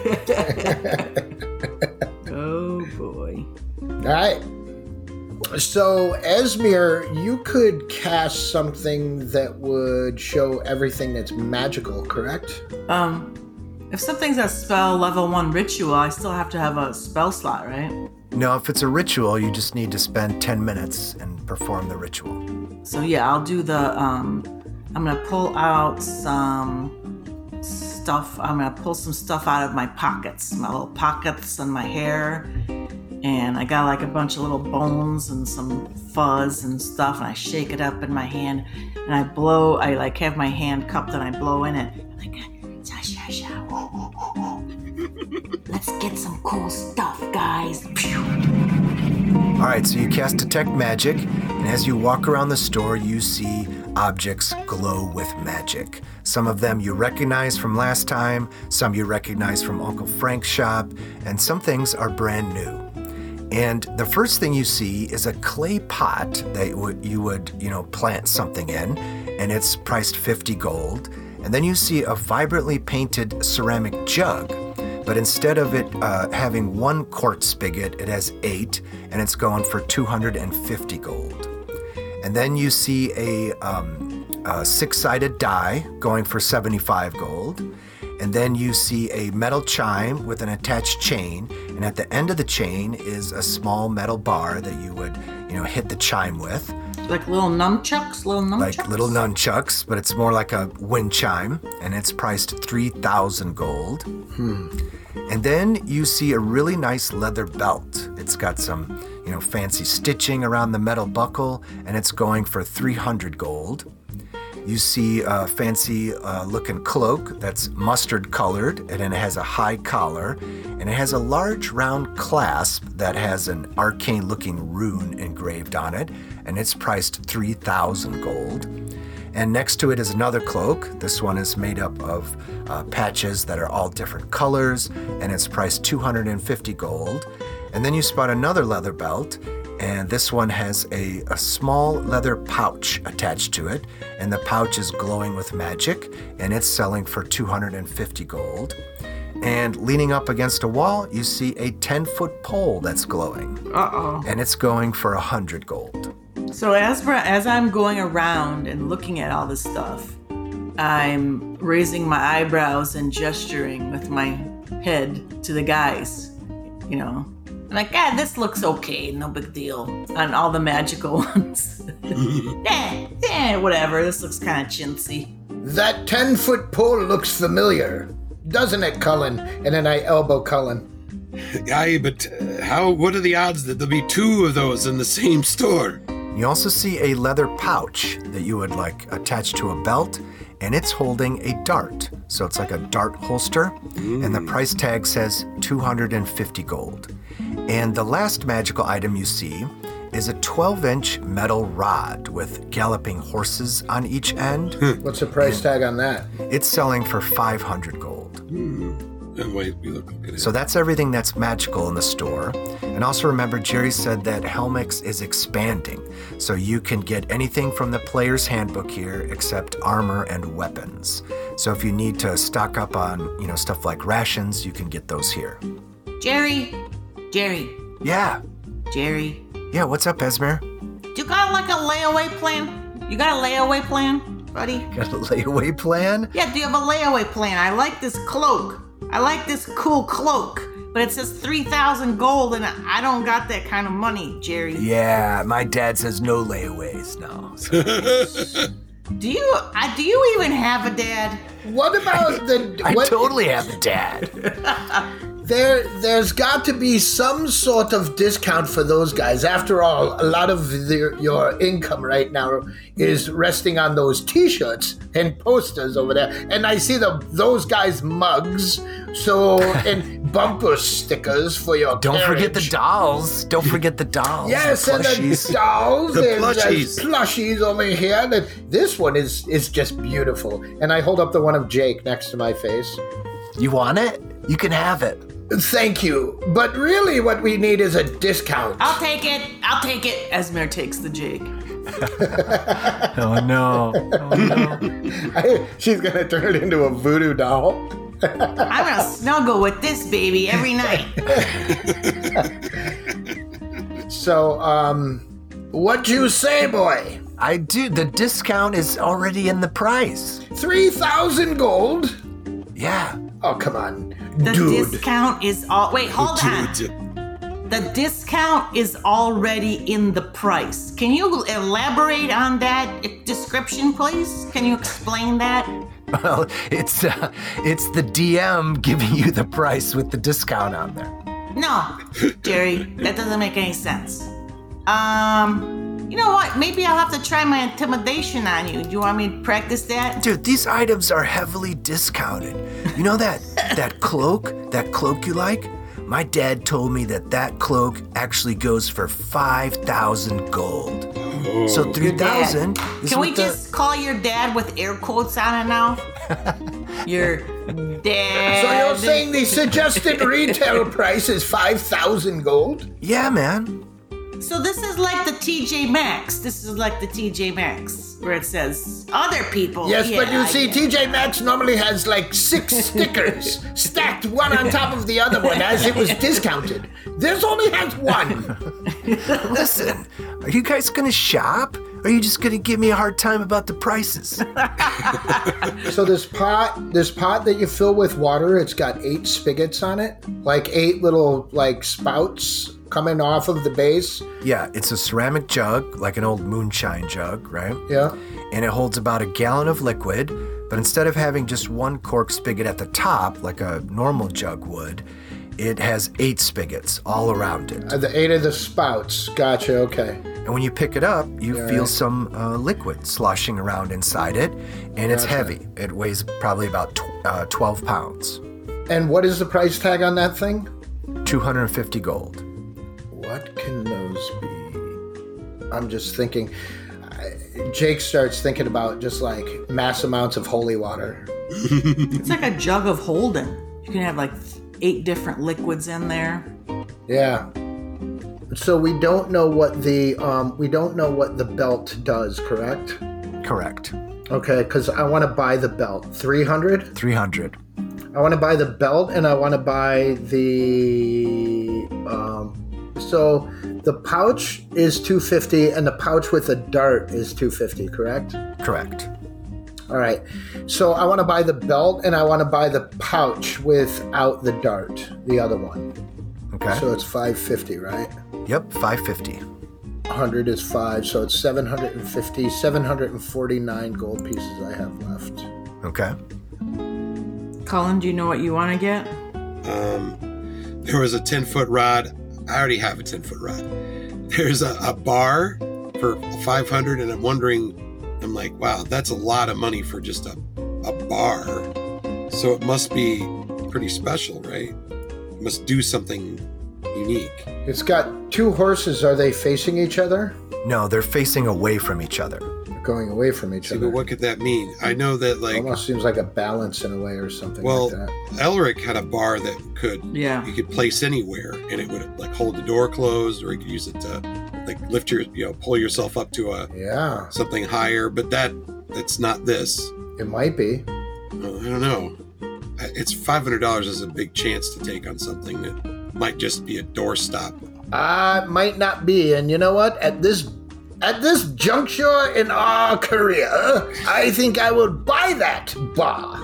[SPEAKER 6] Oh boy.
[SPEAKER 5] All right. So, Esmir, you could cast something that would show everything that's magical, correct?
[SPEAKER 6] Um, if something's a spell level one ritual, I still have to have a spell slot, right?
[SPEAKER 2] Now, if it's a ritual, you just need to spend 10 minutes and perform the ritual.
[SPEAKER 6] So yeah, I'll do the. Um, I'm gonna pull out some stuff. I'm gonna pull some stuff out of my pockets, my little pockets and my hair, and I got like a bunch of little bones and some fuzz and stuff, and I shake it up in my hand, and I blow. I like have my hand cupped, and I blow in it. I'm like, "Sha, sha, sha." Let's get some cool stuff, guys.
[SPEAKER 2] All right, so you cast Detect Magic, and as you walk around the store, you see objects glow with magic. Some of them you recognize from last time, some you recognize from Uncle Frank's shop, and some things are brand new. And the first thing you see is a clay pot that you would, you would, you know, plant something in, and it's priced 50 gold. And then you see a vibrantly painted ceramic jug, but instead of it uh, having one quart spigot, it has eight, and it's going for 250 gold. And then you see a, um, a six sided die going for 75 gold. And then you see a metal chime with an attached chain. And at the end of the chain is a small metal bar that you would, you know, hit the chime with,
[SPEAKER 6] Like little nunchucks, little nunchucks.
[SPEAKER 2] like little nunchucks, but it's more like a wind chime. And it's priced 3,000 gold. And then you see a really nice leather belt. It's got some, you know, fancy stitching around the metal buckle, and it's going for 300 gold. You see a fancy uh, looking cloak that's mustard colored, and it has a high collar, and it has a large round clasp that has an arcane looking rune engraved on it, and it's priced 3,000 gold. And next to it is another cloak. This one is made up of uh, patches that are all different colors, and it's priced 250 gold. And then you spot another leather belt, and this one has a, a small leather pouch attached to it, and the pouch is glowing with magic, and it's selling for 250 gold. And leaning up against a wall, you see a 10 foot pole that's glowing,
[SPEAKER 6] Uh oh.
[SPEAKER 2] and it's going for 100 gold.
[SPEAKER 6] So as for, as I'm going around and looking at all this stuff, I'm raising my eyebrows and gesturing with my head to the guys, you know. I'm like, ah, this looks okay, no big deal. On all the magical ones. yeah, yeah, whatever. This looks kind of chintzy.
[SPEAKER 5] That 10 foot pole looks familiar, doesn't it, Cullen? And then I elbow Cullen.
[SPEAKER 3] Aye, but uh, how? What are the odds that there'll be two of those in the same store?
[SPEAKER 2] You also see a leather pouch that you would like attach to a belt, and it's holding a dart. So it's like a dart holster, and the price tag says 250 gold. And the last magical item you see is a 12 inch metal rod with galloping horses on each end.
[SPEAKER 5] What's the price tag on that?
[SPEAKER 2] It's selling for 500 gold.
[SPEAKER 3] And Oh, wait, we look at it.
[SPEAKER 2] So that's everything that's magical in the store. And also remember, Jerry said that Helmix is expanding, so you can get anything from the player's handbook here except armor and weapons. So if you need to stock up on, you know, stuff like rations, you can get those here.
[SPEAKER 6] Jerry, Jerry,
[SPEAKER 2] Yeah,
[SPEAKER 6] Jerry,
[SPEAKER 2] yeah. What's up, Esmer?
[SPEAKER 6] you got like a layaway plan? You got a layaway plan, buddy?
[SPEAKER 2] Got a layaway plan?
[SPEAKER 6] Yeah, do you have a layaway plan? I like this cloak. I like this cool cloak, but it says 3,000 gold and I don't got that kind of money, Jerry.
[SPEAKER 2] Yeah, my dad says no layaways now. So
[SPEAKER 6] Do you I, do you even have a dad?
[SPEAKER 5] What about the?
[SPEAKER 2] I
[SPEAKER 5] what,
[SPEAKER 2] totally have a dad.
[SPEAKER 5] There, there's got to be some sort of discount for those guys. After all, a lot of the, your income right now is resting on those T-shirts and posters over there. And I see the those guys' mugs, so and bumper stickers for your.
[SPEAKER 2] Don't forget the
[SPEAKER 5] carriage.
[SPEAKER 2] dolls. Don't forget the dolls.
[SPEAKER 5] Yes,
[SPEAKER 2] the
[SPEAKER 5] and the
[SPEAKER 2] plushies.
[SPEAKER 5] dolls,
[SPEAKER 3] The
[SPEAKER 5] and
[SPEAKER 3] plushies.
[SPEAKER 5] the plushies over here. That this one is is just beautiful. And I hold up the one of Jake next to my face.
[SPEAKER 2] You want it? You can have it.
[SPEAKER 5] Thank you, but really, what we need is a discount.
[SPEAKER 6] I'll take it. I'll take it.
[SPEAKER 7] Esmer takes the jig.
[SPEAKER 2] Oh no.
[SPEAKER 5] she's gonna turn it into a voodoo doll.
[SPEAKER 6] I'm gonna snuggle with this baby every night.
[SPEAKER 5] So, um, what you say, boy?
[SPEAKER 2] I do. The discount is already in the price.
[SPEAKER 5] Three thousand gold?
[SPEAKER 2] Yeah.
[SPEAKER 5] Oh, come on,
[SPEAKER 6] The
[SPEAKER 5] dude.
[SPEAKER 6] discount is all. Wait, hold on.
[SPEAKER 3] Dude,
[SPEAKER 6] The discount is already in the price. Can you elaborate on that description, please? Can you explain that?
[SPEAKER 2] Well, it's uh, it's the DM giving you the price with the discount on there.
[SPEAKER 6] No, Jerry, that doesn't make any sense. Um, you know what? Maybe I'll have to try my intimidation on you. Do you want me to practice that?
[SPEAKER 2] Dude, these items are heavily discounted. You know that that cloak, that cloak you like? My dad told me that that cloak actually goes for 5,000 gold. So 3,000 is
[SPEAKER 6] Can we
[SPEAKER 2] what the-
[SPEAKER 6] just call your dad with air quotes on it now? your dad.
[SPEAKER 5] so you're saying the suggested retail price is five thousand gold?
[SPEAKER 2] Yeah, man.
[SPEAKER 6] So this is like the TJ Maxx. This is like the TJ Maxx where it says other people.
[SPEAKER 5] Yes, but
[SPEAKER 6] Yeah,
[SPEAKER 5] you
[SPEAKER 6] I
[SPEAKER 5] see,
[SPEAKER 6] get it.
[SPEAKER 5] TJ Maxx normally has like six stickers stacked one on top of the other one as it was discounted. This only has one.
[SPEAKER 2] Listen, are you guys gonna shop? Or are you just gonna give me a hard time about the prices?
[SPEAKER 5] So this pot, this pot that you fill with water, it's got eight spigots on it, like eight little like spouts coming off of the base.
[SPEAKER 2] yeah, it's a ceramic jug, like an old moonshine jug, right?
[SPEAKER 5] Yeah.
[SPEAKER 2] and it holds about a gallon of liquid. But instead of having just one cork spigot at the top, like a normal jug would, it has eight spigots all around it.
[SPEAKER 5] Uh, The eight of the spouts. Gotcha. Okay.
[SPEAKER 2] And when you pick it up, you feel some uh, liquid sloshing around inside it, and it's heavy. It weighs probably about tw- uh, 12 pounds,
[SPEAKER 5] And what is the price tag on that thing?
[SPEAKER 2] 250 gold.
[SPEAKER 5] What can those be? I'm just thinking. I- Jake starts thinking about just like mass amounts of holy water.
[SPEAKER 7] It's like a jug of Holden. You can have like eight different liquids in there.
[SPEAKER 5] Yeah. So we don't know what the um, we don't know what the belt does, correct?
[SPEAKER 2] Correct.
[SPEAKER 5] Okay, because I want to buy the belt. Three hundred.
[SPEAKER 2] 300.
[SPEAKER 5] I want to buy the belt, and I want to buy the. Um, so the pouch is two fifty, and the pouch with the dart is two fifty, correct?
[SPEAKER 2] Correct.
[SPEAKER 5] All right. So I want to buy the belt, and I want to buy the pouch without the dart, the other one.
[SPEAKER 2] Okay.
[SPEAKER 5] So it's five fifty, right?
[SPEAKER 2] yep, 550.
[SPEAKER 5] 100 is 5 so it's 750 749 gold pieces i have left
[SPEAKER 2] Okay.
[SPEAKER 7] Colin, do you know what you want to get?
[SPEAKER 3] Um, there was a 10 foot rod. I already have a 10 foot rod. There's a, a bar for 500, and I'm wondering, I'm like, wow, that's a lot of money for just a, a bar. So it must be pretty special, right? It must do something unique.
[SPEAKER 5] It's got two horses. Are they facing each other?
[SPEAKER 2] No, they're facing away from each other.
[SPEAKER 5] They're going away from each
[SPEAKER 3] See,
[SPEAKER 5] other.
[SPEAKER 3] but what could that mean? I know that like
[SPEAKER 5] Almost seems like a balance in a way or something
[SPEAKER 3] Well,
[SPEAKER 5] like that.
[SPEAKER 3] Elric had a bar that could
[SPEAKER 7] Yeah.
[SPEAKER 3] you could place anywhere, and it would like hold the door closed, or you could use it to like lift your you know pull yourself up to a
[SPEAKER 5] Yeah,
[SPEAKER 3] something higher. But that that's not this.
[SPEAKER 5] it might be.
[SPEAKER 3] Uh, I don't know. I- It's five hundred dollars is a big chance to take on something that might just be a doorstop.
[SPEAKER 5] Uh, it might not be. And you know what? At this at this juncture in our career, I think I will buy that bar.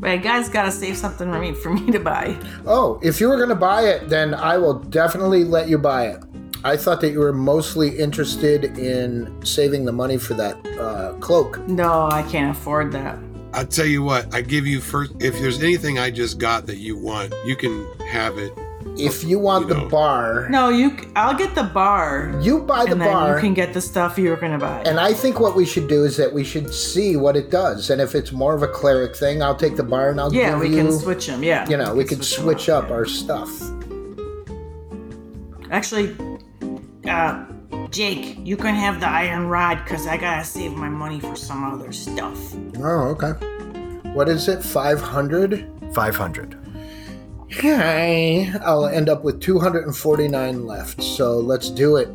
[SPEAKER 6] But you guys gotta save something for me for me to buy.
[SPEAKER 5] Oh, if you were going to buy it, then I will definitely let you buy it. I thought that you were mostly interested in saving the money for that uh, cloak.
[SPEAKER 6] No, I can't afford that.
[SPEAKER 3] I'll tell you what. I give you first. If there's anything I just got that you want, you can have it.
[SPEAKER 5] If you want
[SPEAKER 3] You
[SPEAKER 5] the
[SPEAKER 3] know.
[SPEAKER 5] bar,
[SPEAKER 6] No, you. c- I'll get the bar,
[SPEAKER 5] you buy the
[SPEAKER 6] and then
[SPEAKER 5] bar.
[SPEAKER 6] you can get the stuff you were gonna buy.
[SPEAKER 5] And I think what we should do is that we should see what it does. And if it's more of a cleric thing, I'll take the bar and I'll
[SPEAKER 6] yeah,
[SPEAKER 5] give
[SPEAKER 6] we
[SPEAKER 5] you.
[SPEAKER 6] can switch them. Yeah,
[SPEAKER 5] you know, we
[SPEAKER 6] can
[SPEAKER 5] could
[SPEAKER 6] them
[SPEAKER 5] switch
[SPEAKER 6] out,
[SPEAKER 5] up
[SPEAKER 6] yeah.
[SPEAKER 5] our stuff.
[SPEAKER 6] Actually, uh, Jake, you can have the iron rod because I gotta save my money for some other stuff.
[SPEAKER 5] Oh, okay. What is it? 500?
[SPEAKER 2] 500.
[SPEAKER 5] Okay. I'll end up with 249 left. So let's do it.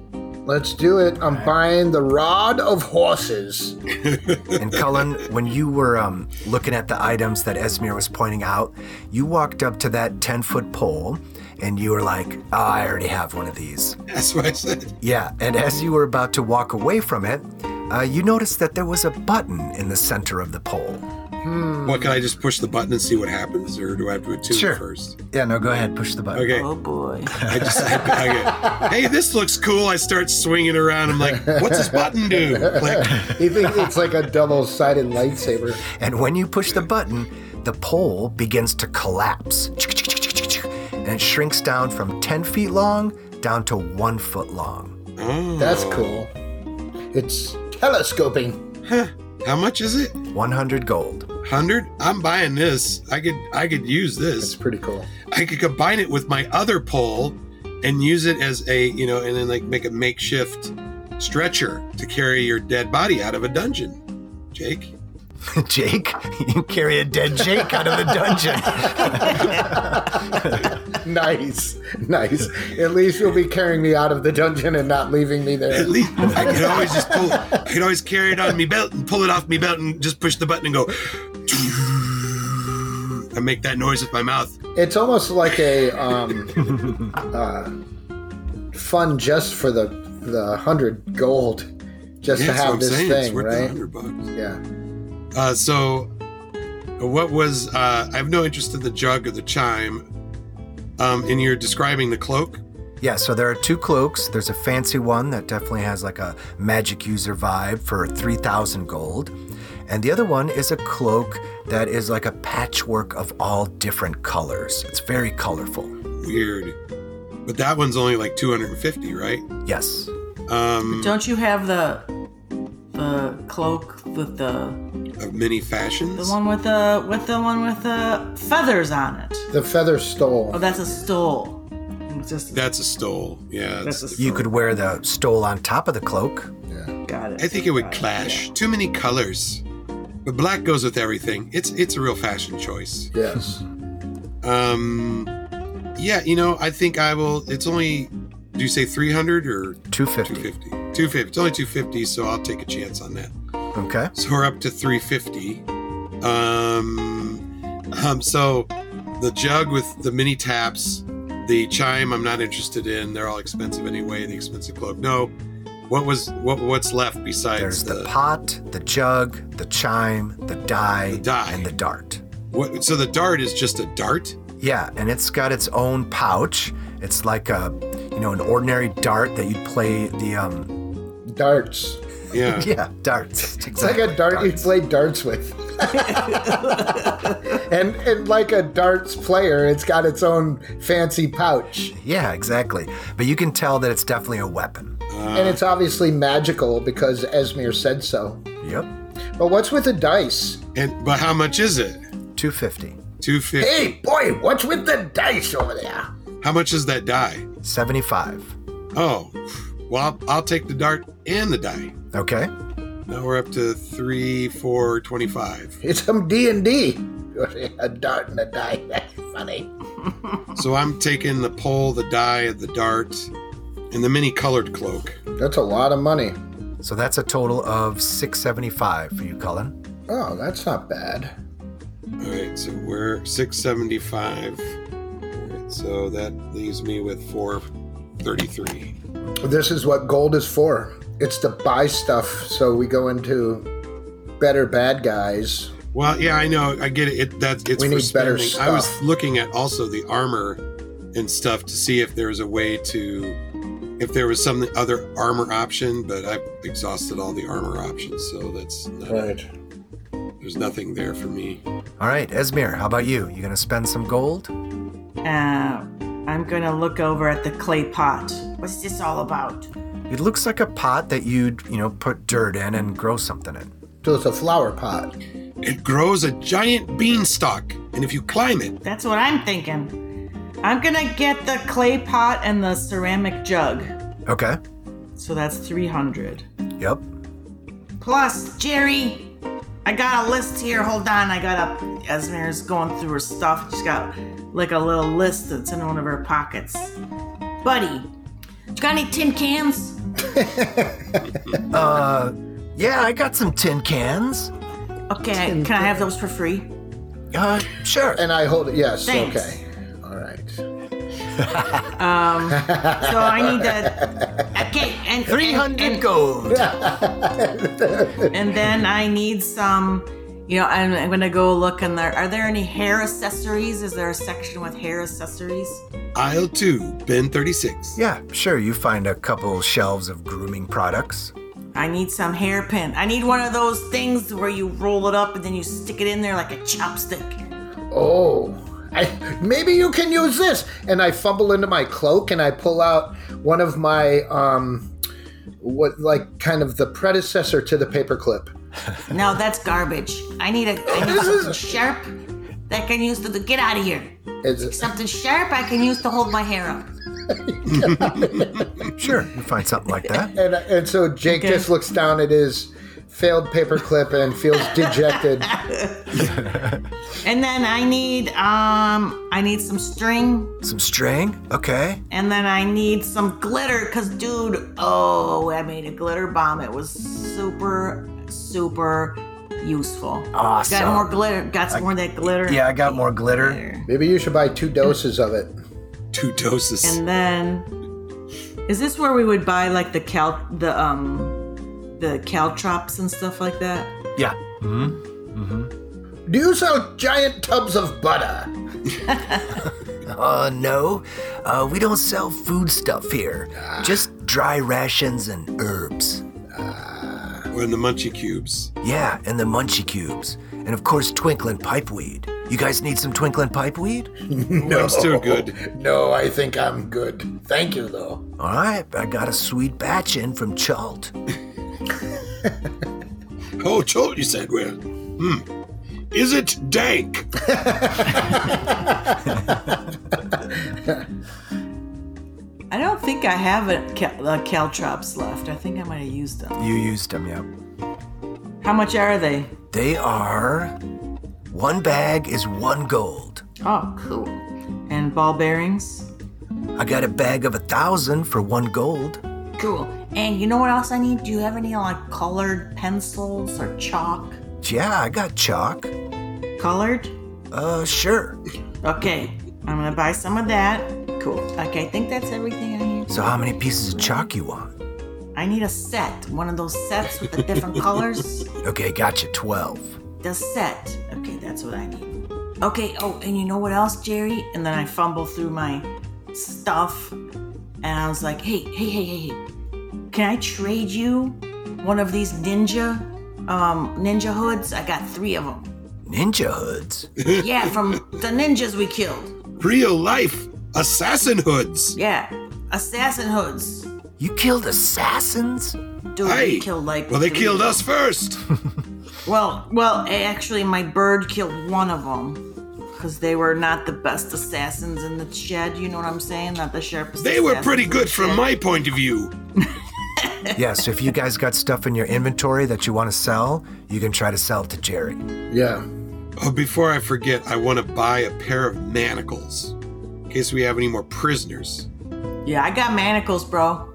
[SPEAKER 5] Let's do it. I'm buying the Rod of Horses.
[SPEAKER 2] And Cullen, when you were um, looking at the items that Esmir was pointing out, you walked up to that 10 foot pole and you were like, oh, I already have one of these.
[SPEAKER 3] That's what I said.
[SPEAKER 2] Yeah, and as you were about to walk away from it, uh, you noticed that there was a button in the center of the pole.
[SPEAKER 3] What can I just push the button and see what happens, or do I have to attune
[SPEAKER 2] Sure.
[SPEAKER 3] first?
[SPEAKER 2] Yeah, no, go ahead, push the button.
[SPEAKER 3] Okay.
[SPEAKER 6] Oh boy.
[SPEAKER 3] I just, I, I go, hey, this looks cool. I start swinging around. I'm like, what's this button do? Like,
[SPEAKER 5] You think it's like a double sided lightsaber.
[SPEAKER 2] And when you push the button, the pole begins to collapse. And it shrinks down from 10 feet long down to one foot long.
[SPEAKER 3] oh,
[SPEAKER 5] That's cool. It's telescoping.
[SPEAKER 3] how much is it?
[SPEAKER 2] 100 gold.
[SPEAKER 3] Hundred? I'm buying this. I could, I could use
[SPEAKER 5] It's
[SPEAKER 3] this.
[SPEAKER 5] pretty cool.
[SPEAKER 3] I could combine it with my other pole, and use it as a, you know, and then like make a makeshift stretcher to carry your dead body out of a dungeon. Jake,
[SPEAKER 2] Jake, you carry a dead Jake out of the dungeon.
[SPEAKER 5] Nice. Nice. At least you'll be carrying me out of the dungeon and not leaving me there.
[SPEAKER 3] at least I could always just pull. I could always carry it on me belt and pull it off me belt and just push the button and go. I make that noise with my mouth.
[SPEAKER 5] It's almost like a um, uh, fun just for the the hundred gold, just to
[SPEAKER 3] that's what
[SPEAKER 5] have
[SPEAKER 3] I'm
[SPEAKER 5] this
[SPEAKER 3] saying.
[SPEAKER 5] thing,
[SPEAKER 3] it's worth the
[SPEAKER 5] right?
[SPEAKER 3] 100 bucks.
[SPEAKER 5] Yeah.
[SPEAKER 3] Uh, so, what was? Uh, I have no interest in the jug or the chime. Um, and you're describing the cloak.
[SPEAKER 2] Yeah, so there are two cloaks. There's a fancy one that definitely has like a magic user vibe for 3,000 gold. And the other one is a cloak that is like a patchwork of all different colors. It's very colorful.
[SPEAKER 3] Weird, but that one's only like 250, right?
[SPEAKER 2] Yes.
[SPEAKER 5] Mm.
[SPEAKER 3] Um,
[SPEAKER 7] Don't you have the the cloak with the
[SPEAKER 3] of many
[SPEAKER 7] the
[SPEAKER 3] fashions.
[SPEAKER 7] one with the with the one with the feathers on it?
[SPEAKER 5] The feather
[SPEAKER 7] Oh,
[SPEAKER 6] Um,
[SPEAKER 5] stole.
[SPEAKER 7] that's a stole. It's just
[SPEAKER 3] That's a stole. Yeah,
[SPEAKER 7] that's
[SPEAKER 3] it's-
[SPEAKER 7] a stole.
[SPEAKER 2] You could wear the stole on top of the cloak.
[SPEAKER 7] got it.
[SPEAKER 3] I think it would clash. Too many colors. But black goes with everything. It's it's a real fashion choice.
[SPEAKER 5] Yes.
[SPEAKER 3] Um, yeah, you know, I think I will. It's only. Do you say 300 or
[SPEAKER 2] 250.
[SPEAKER 3] 250. 250. It's only 250, so I'll take a chance on that.
[SPEAKER 2] Okay.
[SPEAKER 3] So we're up to 350. Um, um so the jug with the mini taps, the chime I'm not interested in. They're all expensive anyway, the expensive cloak. No. What was what what's left
[SPEAKER 2] There's
[SPEAKER 3] besides
[SPEAKER 2] the
[SPEAKER 3] the,
[SPEAKER 2] pot, the jug, the chime, the die,
[SPEAKER 3] The die.
[SPEAKER 2] and the dart.
[SPEAKER 3] what, so the dart is just a dart?
[SPEAKER 2] Yeah, and it's got its own pouch. It's like a, you know, an ordinary dart that you'd play the um
[SPEAKER 5] Darts.
[SPEAKER 3] Yeah.
[SPEAKER 2] yeah, darts.
[SPEAKER 5] It's like a dart you play darts with. and and like a darts player, it's got its own fancy pouch.
[SPEAKER 2] Yeah, exactly. But you can tell that it's definitely a weapon.
[SPEAKER 3] Ah.
[SPEAKER 5] and it's obviously magical because Esmir said so.
[SPEAKER 2] Yep.
[SPEAKER 5] But what's with the dice?
[SPEAKER 3] And but how much is it?
[SPEAKER 2] 250.
[SPEAKER 3] 250.
[SPEAKER 5] Hey boy, what's with the dice over there?
[SPEAKER 3] How much is that die?
[SPEAKER 2] 75.
[SPEAKER 3] Oh, well, I'll, I'll take the dart and the die.
[SPEAKER 2] Okay.
[SPEAKER 3] Now we're up to three, four, twenty-five.
[SPEAKER 5] It's some D and D. A dart and a die. That's funny.
[SPEAKER 3] So I'm taking the pole, the die, the dart, and the mini colored cloak.
[SPEAKER 5] That's a lot of money.
[SPEAKER 2] So that's a total of 675 for you, Cullen.
[SPEAKER 5] Oh, that's not bad.
[SPEAKER 3] All right, so we're 675. All right, so that leaves me with 433.
[SPEAKER 5] This is what gold is for. It's to buy stuff so we go into better bad guys.
[SPEAKER 3] Well, yeah, I know. I get it. it that's it's
[SPEAKER 5] We
[SPEAKER 3] for
[SPEAKER 5] need better
[SPEAKER 3] spending. I was
[SPEAKER 5] stuff.
[SPEAKER 3] looking at also the armor and stuff to see if there was a way to if there was some other armor option, but I've exhausted all the armor options, so that's not,
[SPEAKER 5] Right.
[SPEAKER 3] there's nothing there for me.
[SPEAKER 2] All right, Esmir, how about you? You going to spend some gold?
[SPEAKER 6] Uh, I'm gonna look over at the clay pot. What's this all about?
[SPEAKER 2] It looks like a pot that you'd, you know, put dirt in and grow something in.
[SPEAKER 5] So it's a flower pot.
[SPEAKER 3] It grows a giant beanstalk, and if you climb it,
[SPEAKER 6] That's what I'm thinking. I'm gonna get the clay pot and the ceramic jug.
[SPEAKER 2] Okay.
[SPEAKER 6] So that's 300.
[SPEAKER 2] Yep.
[SPEAKER 6] Plus, Jerry, I got a list here. Hold on, I got a. Esmer's going through her stuff. She's got like a little list that's in one of her pockets. Buddy, you got any tin cans?
[SPEAKER 2] Uh, yeah, I got some tin cans.
[SPEAKER 6] Okay, can I have those for free?
[SPEAKER 2] Uh, sure.
[SPEAKER 5] And I hold it. Yes.
[SPEAKER 6] Thanks.
[SPEAKER 5] Okay. All right.
[SPEAKER 6] Um, so I need to. Okay, and
[SPEAKER 2] 300
[SPEAKER 6] and, and,
[SPEAKER 2] gold.
[SPEAKER 6] and then I need some. You know, I'm, I'm gonna go look in there. Are there any hair accessories? Is there a section with hair accessories?
[SPEAKER 3] aisle two, bin 36.
[SPEAKER 2] Yeah, sure. You find a couple shelves of grooming products.
[SPEAKER 6] I need some hairpin. I need one of those things where you roll it up and then you stick it in there like a chopstick.
[SPEAKER 5] Oh. I, maybe you can use this. And I fumble into my cloak and I pull out one of my um what like kind of the predecessor to the paperclip.
[SPEAKER 6] No, that's garbage. I need a I need something sharp that I can use to get out of here.
[SPEAKER 5] It's
[SPEAKER 6] Something sharp I can use to hold my hair up.
[SPEAKER 2] Sure, you find something like that.
[SPEAKER 5] and and so Jake just looks down at his failed paperclip and feels dejected.
[SPEAKER 6] And then I need um I need some string
[SPEAKER 2] Some string. Okay.
[SPEAKER 6] and then I need some glitter cuz dude, oh, I made a glitter bomb. It was super super useful.
[SPEAKER 2] Awesome.
[SPEAKER 6] Got more glitter. Got some more of that glitter.
[SPEAKER 2] Yeah, I got more glitter.
[SPEAKER 5] Maybe you should buy two doses of it.
[SPEAKER 3] Two doses.
[SPEAKER 6] And then, is this where we would buy like the cal the um the caltrops and stuff like that?
[SPEAKER 2] Yeah. hmm hmm
[SPEAKER 5] Do you sell giant tubs of butter?
[SPEAKER 2] Uh, no. Uh, we don't sell food stuff here. Just dry rations and herbs.
[SPEAKER 3] Or in the munchie cubes.
[SPEAKER 2] Yeah, and the munchie cubes. And of course, twinkling pipeweed. You guys need some twinkling pipeweed?
[SPEAKER 3] No. I'm still good.
[SPEAKER 5] No, I think I'm good. Thank you, though.
[SPEAKER 2] All right, I got a sweet batch in from Chalt.
[SPEAKER 3] Oh, Cholt, you said, well, hmm. Is it dank?
[SPEAKER 6] I don't think I have a cal- uh, caltrops left. I think I might have used them.
[SPEAKER 2] You used them, yeah.
[SPEAKER 6] How much are they?
[SPEAKER 2] They are. One bag is one gold.
[SPEAKER 6] Oh, cool. And ball bearings.
[SPEAKER 2] I got a bag of a thousand for one gold.
[SPEAKER 6] Cool. And you know what else I need? Do you have any like colored pencils or chalk?
[SPEAKER 2] Yeah, I got chalk.
[SPEAKER 6] Colored?
[SPEAKER 2] Uh, sure.
[SPEAKER 6] Okay, I'm gonna buy some of that. Cool. Okay, I think that's everything I need.
[SPEAKER 2] So, how many pieces of chalk you want?
[SPEAKER 6] I need a set. One of those sets with the different colors.
[SPEAKER 2] Okay, gotcha, 12.
[SPEAKER 6] The set. Okay, that's what I need. Okay, oh, and you know what else, Jerry? And then I fumble through my stuff and I was like, hey, hey, hey, hey, hey. Can I trade you one of these ninja um ninja hoods? I got three of them.
[SPEAKER 2] Ninja hoods?
[SPEAKER 6] Yeah, from the ninjas we killed.
[SPEAKER 3] Real life assassin hoods.
[SPEAKER 6] Yeah. Assassin hoods.
[SPEAKER 2] You killed assassins?
[SPEAKER 6] Dude,
[SPEAKER 3] Hey.
[SPEAKER 6] they killed like
[SPEAKER 3] Well, they
[SPEAKER 6] three eh,
[SPEAKER 3] killed
[SPEAKER 6] of
[SPEAKER 3] us first.
[SPEAKER 6] Well, well, a- actually, my bird killed one of them because because they were not the best assassins in the shed. You know what I'm saying? Not the sharpest.
[SPEAKER 3] They were
[SPEAKER 6] assassins
[SPEAKER 3] pretty
[SPEAKER 6] in the
[SPEAKER 3] good from
[SPEAKER 6] shed.
[SPEAKER 3] my point of view.
[SPEAKER 2] Yes, if you guys got stuff in your inventory that you want to sell, you can try to sell it to Jerry.
[SPEAKER 5] Yeah.
[SPEAKER 3] Oh, before I forget, I want to buy a pair of manacles in case we have any more prisoners.
[SPEAKER 6] Yeah, I got manacles, bro.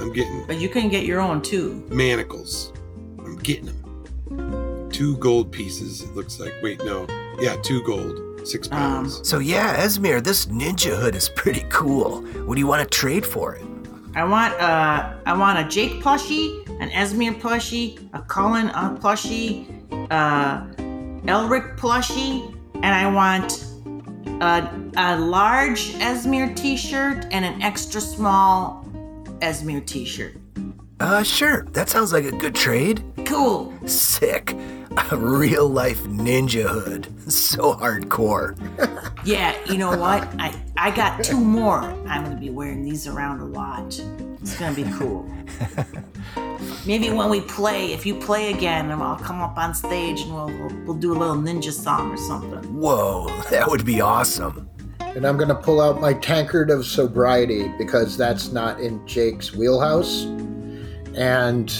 [SPEAKER 3] I'm getting
[SPEAKER 6] But you can get your own too.
[SPEAKER 3] manacles. I'm getting them. Two gold pieces, it looks like. Wait, no. Yeah, two gold, six
[SPEAKER 5] Um,
[SPEAKER 3] pounds.
[SPEAKER 2] So yeah, Esmir, this ninja hood is pretty cool. What do you want to trade for it?
[SPEAKER 6] I want uh I want a Jake plushie, an Esmir plushie, a Cullen uh, plushie, uh Elric plushie, and I want a, a large Esmir t-shirt and an extra small Esmir t-shirt.
[SPEAKER 2] Uh, sure, that sounds like a good trade.
[SPEAKER 6] Cool.
[SPEAKER 2] Sick. A real life ninja hood. So hardcore.
[SPEAKER 6] Yeah, you know what? I I got two more. I'm gonna be wearing these around a lot. It's gonna be cool. Maybe when we play, if you play again, and I'll come up on stage and we'll, we'll we'll do a little ninja song or something.
[SPEAKER 2] Whoa, that would be awesome.
[SPEAKER 5] And I'm going to pull out my tankard of sobriety because that's not in Jake's wheelhouse. And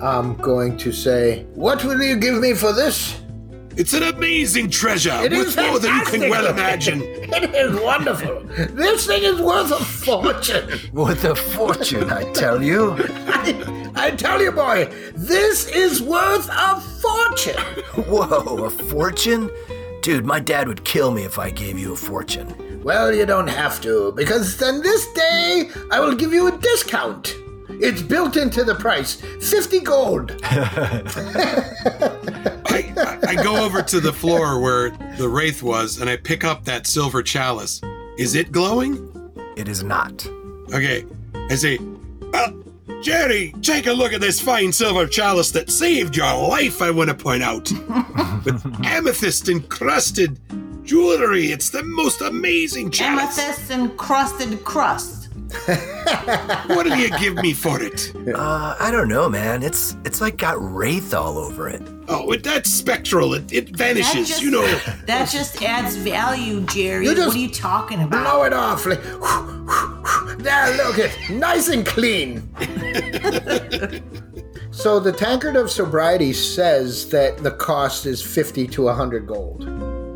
[SPEAKER 5] I'm going to say, What will you give me for this?
[SPEAKER 3] It's an amazing treasure.
[SPEAKER 5] It
[SPEAKER 3] with
[SPEAKER 5] is
[SPEAKER 3] more than you
[SPEAKER 5] fantastic.
[SPEAKER 3] can well imagine.
[SPEAKER 5] It is wonderful. this thing is worth a fortune.
[SPEAKER 2] What a fortune, I tell you.
[SPEAKER 5] I, I tell you, boy, this is worth a fortune.
[SPEAKER 2] Whoa, a fortune? Dude, my dad would kill me if I gave you a fortune.
[SPEAKER 5] Well, you don't have to, because then this day I will give you a discount. It's built into the price 50 gold.
[SPEAKER 3] I, I- I go over to the floor where the wraith was and I pick up that silver chalice. Is it glowing?
[SPEAKER 2] It is not.
[SPEAKER 3] Okay. I say, well, Jerry, take a look at this fine silver chalice that saved your life, I want to point out. With amethyst encrusted jewelry. It's the most amazing chalice.
[SPEAKER 6] Amethyst and crusted crust.
[SPEAKER 3] What do you give me for it?
[SPEAKER 2] Uh, I don't know, man. It's it's like got wraith all over it.
[SPEAKER 3] Oh, it- that's spectral. It, it
[SPEAKER 6] That
[SPEAKER 3] vanishes,
[SPEAKER 6] just
[SPEAKER 3] you know.
[SPEAKER 6] that just adds value, Jerry.
[SPEAKER 5] You
[SPEAKER 6] what
[SPEAKER 5] just
[SPEAKER 6] are you talking
[SPEAKER 5] Blow
[SPEAKER 6] about?
[SPEAKER 5] it off. Like, there, look it. Nice and clean. so the tankard of sobriety says that the cost is 50 to 100 gold.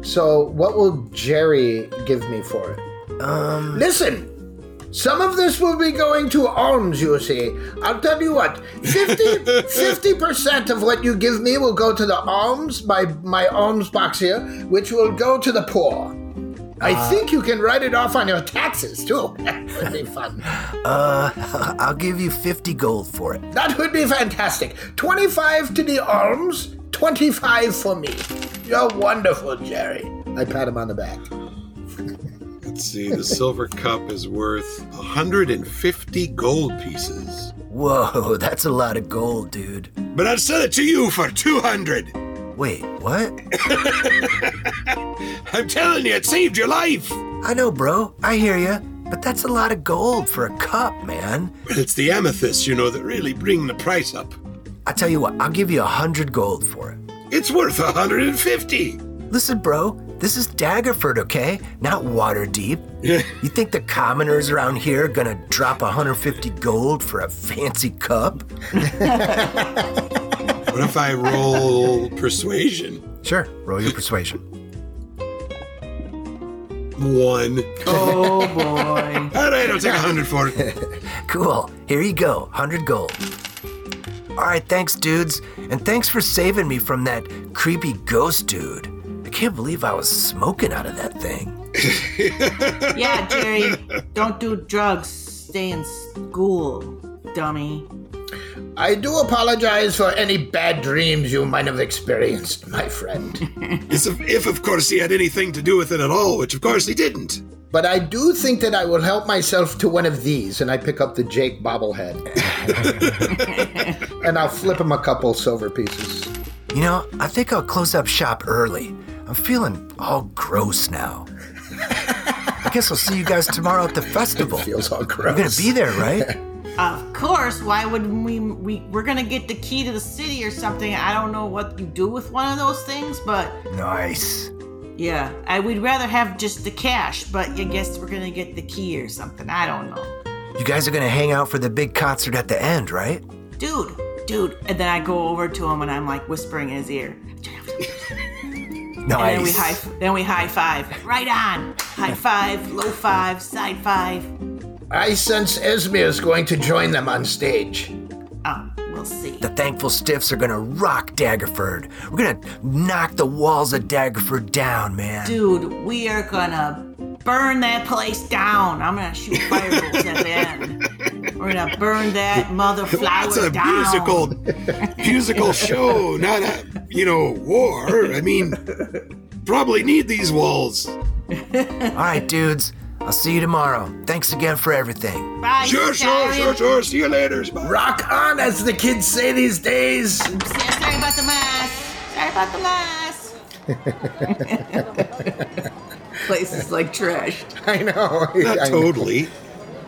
[SPEAKER 5] So what will Jerry give me for it?
[SPEAKER 2] Um,
[SPEAKER 5] Listen, some of this will be going to arms, you see. I'll tell you what, 50, percent of what you give me will go to the arms, my, my arms box here, which will go to the poor. I
[SPEAKER 2] Uh,
[SPEAKER 5] think you can write it off on your taxes, too. that would be fun.
[SPEAKER 2] uh, I'll give you 50 gold for it.
[SPEAKER 5] That would be fantastic. 25 to the arms, 25 for me. You're wonderful, Jerry. I pat him on the back.
[SPEAKER 3] Let's see. The silver cup is worth 150 gold pieces.
[SPEAKER 2] Whoa, that's a lot of gold, dude.
[SPEAKER 3] But I'll sell it to you for 200.
[SPEAKER 2] Wait, what?
[SPEAKER 3] I'm telling you, it saved your life.
[SPEAKER 2] I know, bro. I hear ya. But that's a lot of gold for a cup, man.
[SPEAKER 3] But it's the amethyst, you know, that really bring the price up.
[SPEAKER 2] I tell you what, I'll give you a hundred gold for it.
[SPEAKER 3] It's worth 150.
[SPEAKER 2] Listen, bro, this is Daggerford, okay? Not Waterdeep. You think the commoners around here are gonna drop 150 gold for a fancy cup?
[SPEAKER 3] what if I roll persuasion?
[SPEAKER 2] Sure, roll your persuasion.
[SPEAKER 3] One.
[SPEAKER 6] Oh boy.
[SPEAKER 3] All right, I'll take 100 for it.
[SPEAKER 2] Cool, here you go, 100 gold. All right, thanks, dudes, and thanks for saving me from that creepy ghost dude. I can't believe I was smoking out of that thing.
[SPEAKER 6] yeah, Jerry. Don't do drugs. Stay in school, dummy.
[SPEAKER 5] I do apologize for any bad dreams you might have experienced, my friend.
[SPEAKER 3] As if, if, of course, he had anything to do with it at all, which, of course, he didn't.
[SPEAKER 5] but I do think that I will help myself to one of these, and I pick up the Jake bobblehead. and I'll flip him a couple silver pieces.
[SPEAKER 2] You know, I think I'll close up shop early. I'm feeling all gross now. I guess I'll see you guys tomorrow at the festival.
[SPEAKER 5] Feels all
[SPEAKER 2] You're gonna
[SPEAKER 5] gross.
[SPEAKER 2] be there, right?
[SPEAKER 6] Of course. Why would we, we? We're gonna get the key to the city or something. I don't know what you do with one of those things, but
[SPEAKER 2] Nice.
[SPEAKER 6] Yeah, I would rather have just the cash, but I guess we're gonna get the key or something. I don't know.
[SPEAKER 2] You guys are gonna hang out for the big concert at the end, right?
[SPEAKER 6] Dude, dude. And then I go over to him and I'm like whispering in his ear. And
[SPEAKER 2] Nice.
[SPEAKER 6] then we high then we high five. Right on. High five, low five, side five.
[SPEAKER 5] I sense Esmir is going to join them on stage.
[SPEAKER 6] Oh, we'll see.
[SPEAKER 2] the thankful stiffs are gonna rock Daggerford. We're gonna knock the walls of Daggerford down, man.
[SPEAKER 6] Dude, we are gonna burn that place down. I'm gonna shoot fireballs at the end. We're gonna burn that mother flower
[SPEAKER 3] That's a
[SPEAKER 6] down.
[SPEAKER 3] musical, musical show, not a you know war. I mean, probably need these walls.
[SPEAKER 2] All right, dudes. I'll see you tomorrow. Thanks again for everything.
[SPEAKER 6] Bye,
[SPEAKER 3] Sure, sure,
[SPEAKER 6] Stallion.
[SPEAKER 3] sure, sure. See you later. Bye.
[SPEAKER 5] Rock on, as the kids say these days.
[SPEAKER 6] Yeah, sorry about the mask. Sorry about the mask.
[SPEAKER 7] Place is like trashed.
[SPEAKER 5] I know.
[SPEAKER 3] Not
[SPEAKER 5] I know.
[SPEAKER 3] totally.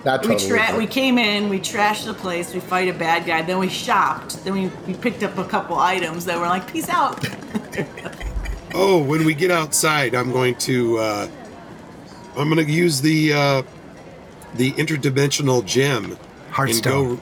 [SPEAKER 5] Not
[SPEAKER 6] We
[SPEAKER 5] totally.
[SPEAKER 6] tra- we came in, we trashed the place, we fight a bad guy, then we shopped, then we, we picked up a couple items that were like, peace out.
[SPEAKER 3] Oh, when we get outside, I'm going to uh, I'm going to use the uh, the interdimensional gem and
[SPEAKER 2] Heartstone.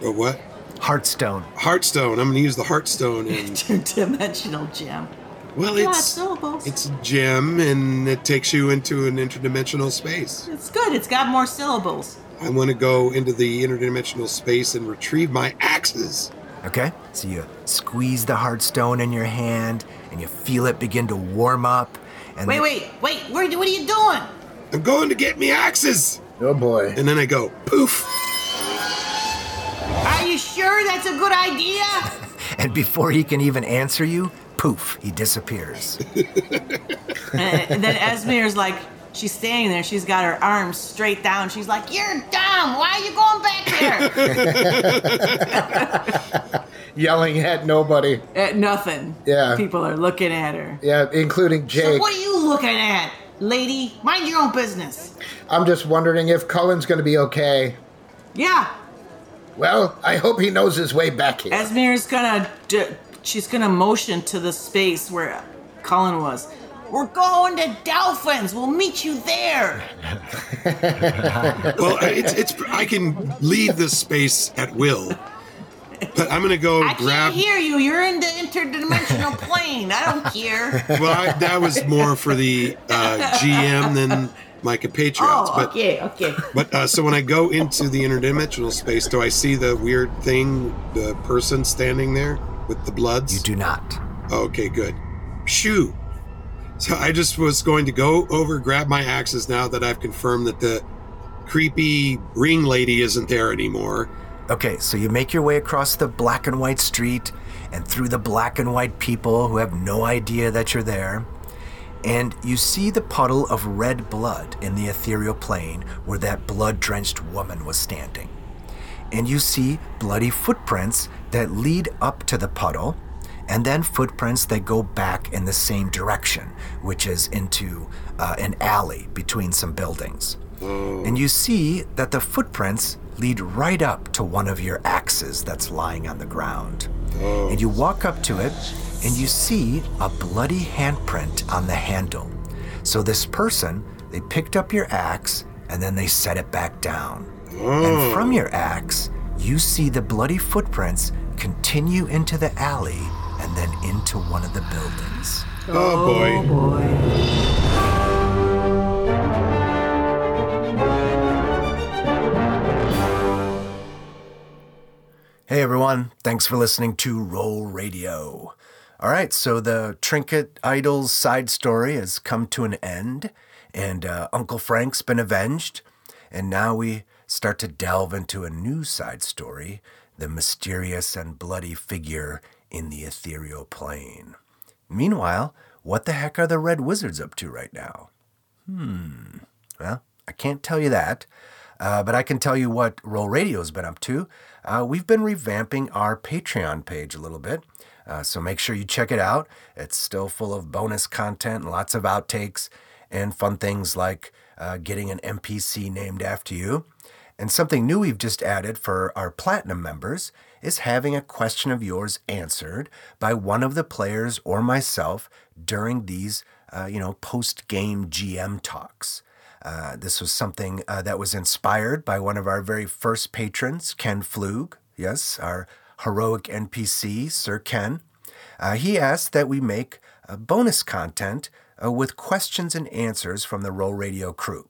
[SPEAKER 3] go. Or what?
[SPEAKER 2] Heartstone.
[SPEAKER 3] Heartstone. I'm going to use the Heartstone and
[SPEAKER 6] Dimensional gem.
[SPEAKER 3] well,
[SPEAKER 6] Yeah,
[SPEAKER 3] it's
[SPEAKER 6] syllables. It's,
[SPEAKER 3] it's a gem and it takes you into an interdimensional space.
[SPEAKER 6] good, it's got more syllables.
[SPEAKER 3] I want to go into the interdimensional space and retrieve my axes.
[SPEAKER 2] Okay? So you squeeze the heartstone in your hand and you feel it begin to warm up. And
[SPEAKER 6] Wait,
[SPEAKER 2] the-
[SPEAKER 6] wait, wait, where, what are you doing?
[SPEAKER 3] I'm going to get me axes,
[SPEAKER 5] Oh boy.
[SPEAKER 3] and then I go poof.
[SPEAKER 6] Are you sure that's a good idea?
[SPEAKER 2] And before he can even answer you, poof, he disappears.
[SPEAKER 6] and, and then Esmir's like, she's standing there, she's got her arms straight down. She's like, you're dumb, why are you going back there?
[SPEAKER 5] Yelling at nobody.
[SPEAKER 6] at Uh, nothing.
[SPEAKER 5] Yeah.
[SPEAKER 6] People are looking at her.
[SPEAKER 5] Yeah, including
[SPEAKER 6] So
[SPEAKER 5] Jake.
[SPEAKER 6] what are you looking at, lady? Mind your own business.
[SPEAKER 5] I'm just wondering if Cullen's going to be okay.
[SPEAKER 6] Yeah,
[SPEAKER 5] Well, I hope he knows his way back here.
[SPEAKER 6] Esmir's gonna. D- she's gonna motion to the space where Colin was. We're going to Dolphins. We'll meet you there.
[SPEAKER 3] Well, it's, it's I can leave this space at will, but I'm gonna go
[SPEAKER 6] I
[SPEAKER 3] grab.
[SPEAKER 6] can't hear you. You're in the interdimensional plane. I don't care.
[SPEAKER 3] Well, I, that was more for the uh, GM than my compatriots.
[SPEAKER 6] Oh,
[SPEAKER 3] but
[SPEAKER 6] okay, okay.
[SPEAKER 3] but uh, so when I go into the interdimensional space, do I see the weird thing, the person standing there with the bloods?
[SPEAKER 2] you do not.
[SPEAKER 3] Okay, good. Shoo. So I just was going to go over, grab my axes now that I've confirmed that the creepy ring lady isn't there anymore.
[SPEAKER 2] Okay, so you make your way across the black and white street and through the black and white people who have no idea that you're there. And you see the puddle of red blood in the ethereal plane where that blood drenched woman was standing. And you see bloody footprints that lead up to the puddle, and then footprints that go back in the same direction, which is into uh, an alley between some buildings and you see that the footprints lead right up to one of your axes that's lying on the ground. And you walk up to it, and you see a bloody handprint on the handle. So this person, they picked up your axe and then they set it back down. And from your axe, you see the bloody footprints continue into the alley and then into one of the buildings.
[SPEAKER 3] Oh, boy.
[SPEAKER 2] Hey everyone, thanks for listening to Roll Radio. All right, so the Trinket Idols side story has come to an end, and uh, Uncle Frank's been avenged, and now we start to delve into a new side story the mysterious and bloody figure in the ethereal plane. Meanwhile, what the heck are the Red Wizards up to right now? Hmm. Well, I can't tell you that, uh, but I can tell you what Roll Radio's been up to. Uh, we've been revamping our Patreon page a little bit, uh, so make sure you check it out. It's still full of bonus content and lots of outtakes and fun things like uh, getting an NPC named after you. And something new we've just added for our Platinum members is having a question of yours answered by one of the players or myself during these uh, you know, post game GM talks. Uh, this was something uh, that was inspired by one of our very first patrons, Ken Flug. Yes, our heroic NPC, Sir Ken. Uh, he asked that we make uh, bonus content uh, with questions and answers from the Roll Radio crew.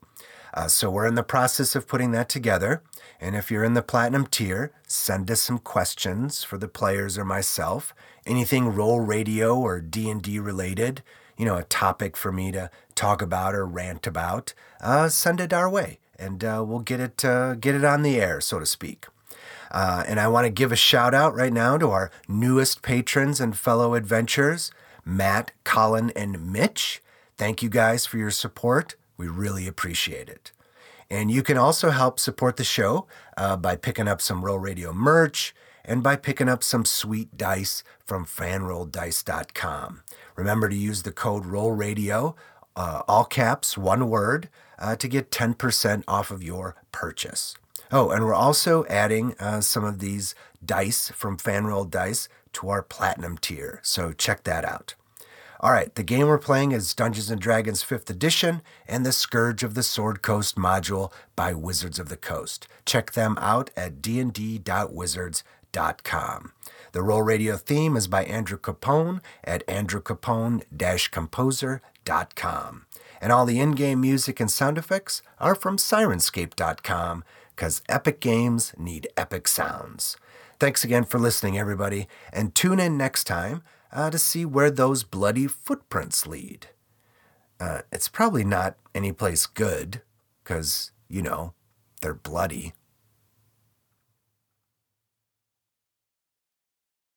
[SPEAKER 2] Uh, so we're in the process of putting that together. And if you're in the platinum tier, send us some questions for the players or myself. Anything Roll Radio or D and D related, you know, a topic for me to talk about or rant about. Uh, send it our way, and uh, we'll get it uh, get it on the air, so to speak. Uh, and I want to give a shout out right now to our newest patrons and fellow adventurers, Matt, Colin, and Mitch. Thank you guys for your support. We really appreciate it. And you can also help support the show uh, by picking up some Roll Radio merch and by picking up some sweet dice from fanrolldice.com. Remember to use the code ROLLRADIO, uh, all caps, one word, uh, to get 10% off of your purchase. Oh, and we're also adding uh, some of these dice from Fanroll Dice to our platinum tier, so check that out. All right, the game we're playing is Dungeons and Dragons 5th Edition and the Scourge of the Sword Coast module by Wizards of the Coast. Check them out at dnd.wizards.com. The Roll Radio theme is by Andrew Capone at andrewcapone-composer.com. And all the in-game music and sound effects are from sirenscape.com because epic games need epic sounds. Thanks again for listening, everybody, and tune in next time uh, to see where those bloody footprints lead. Uh, it's probably not any place good, because, you know, they're bloody.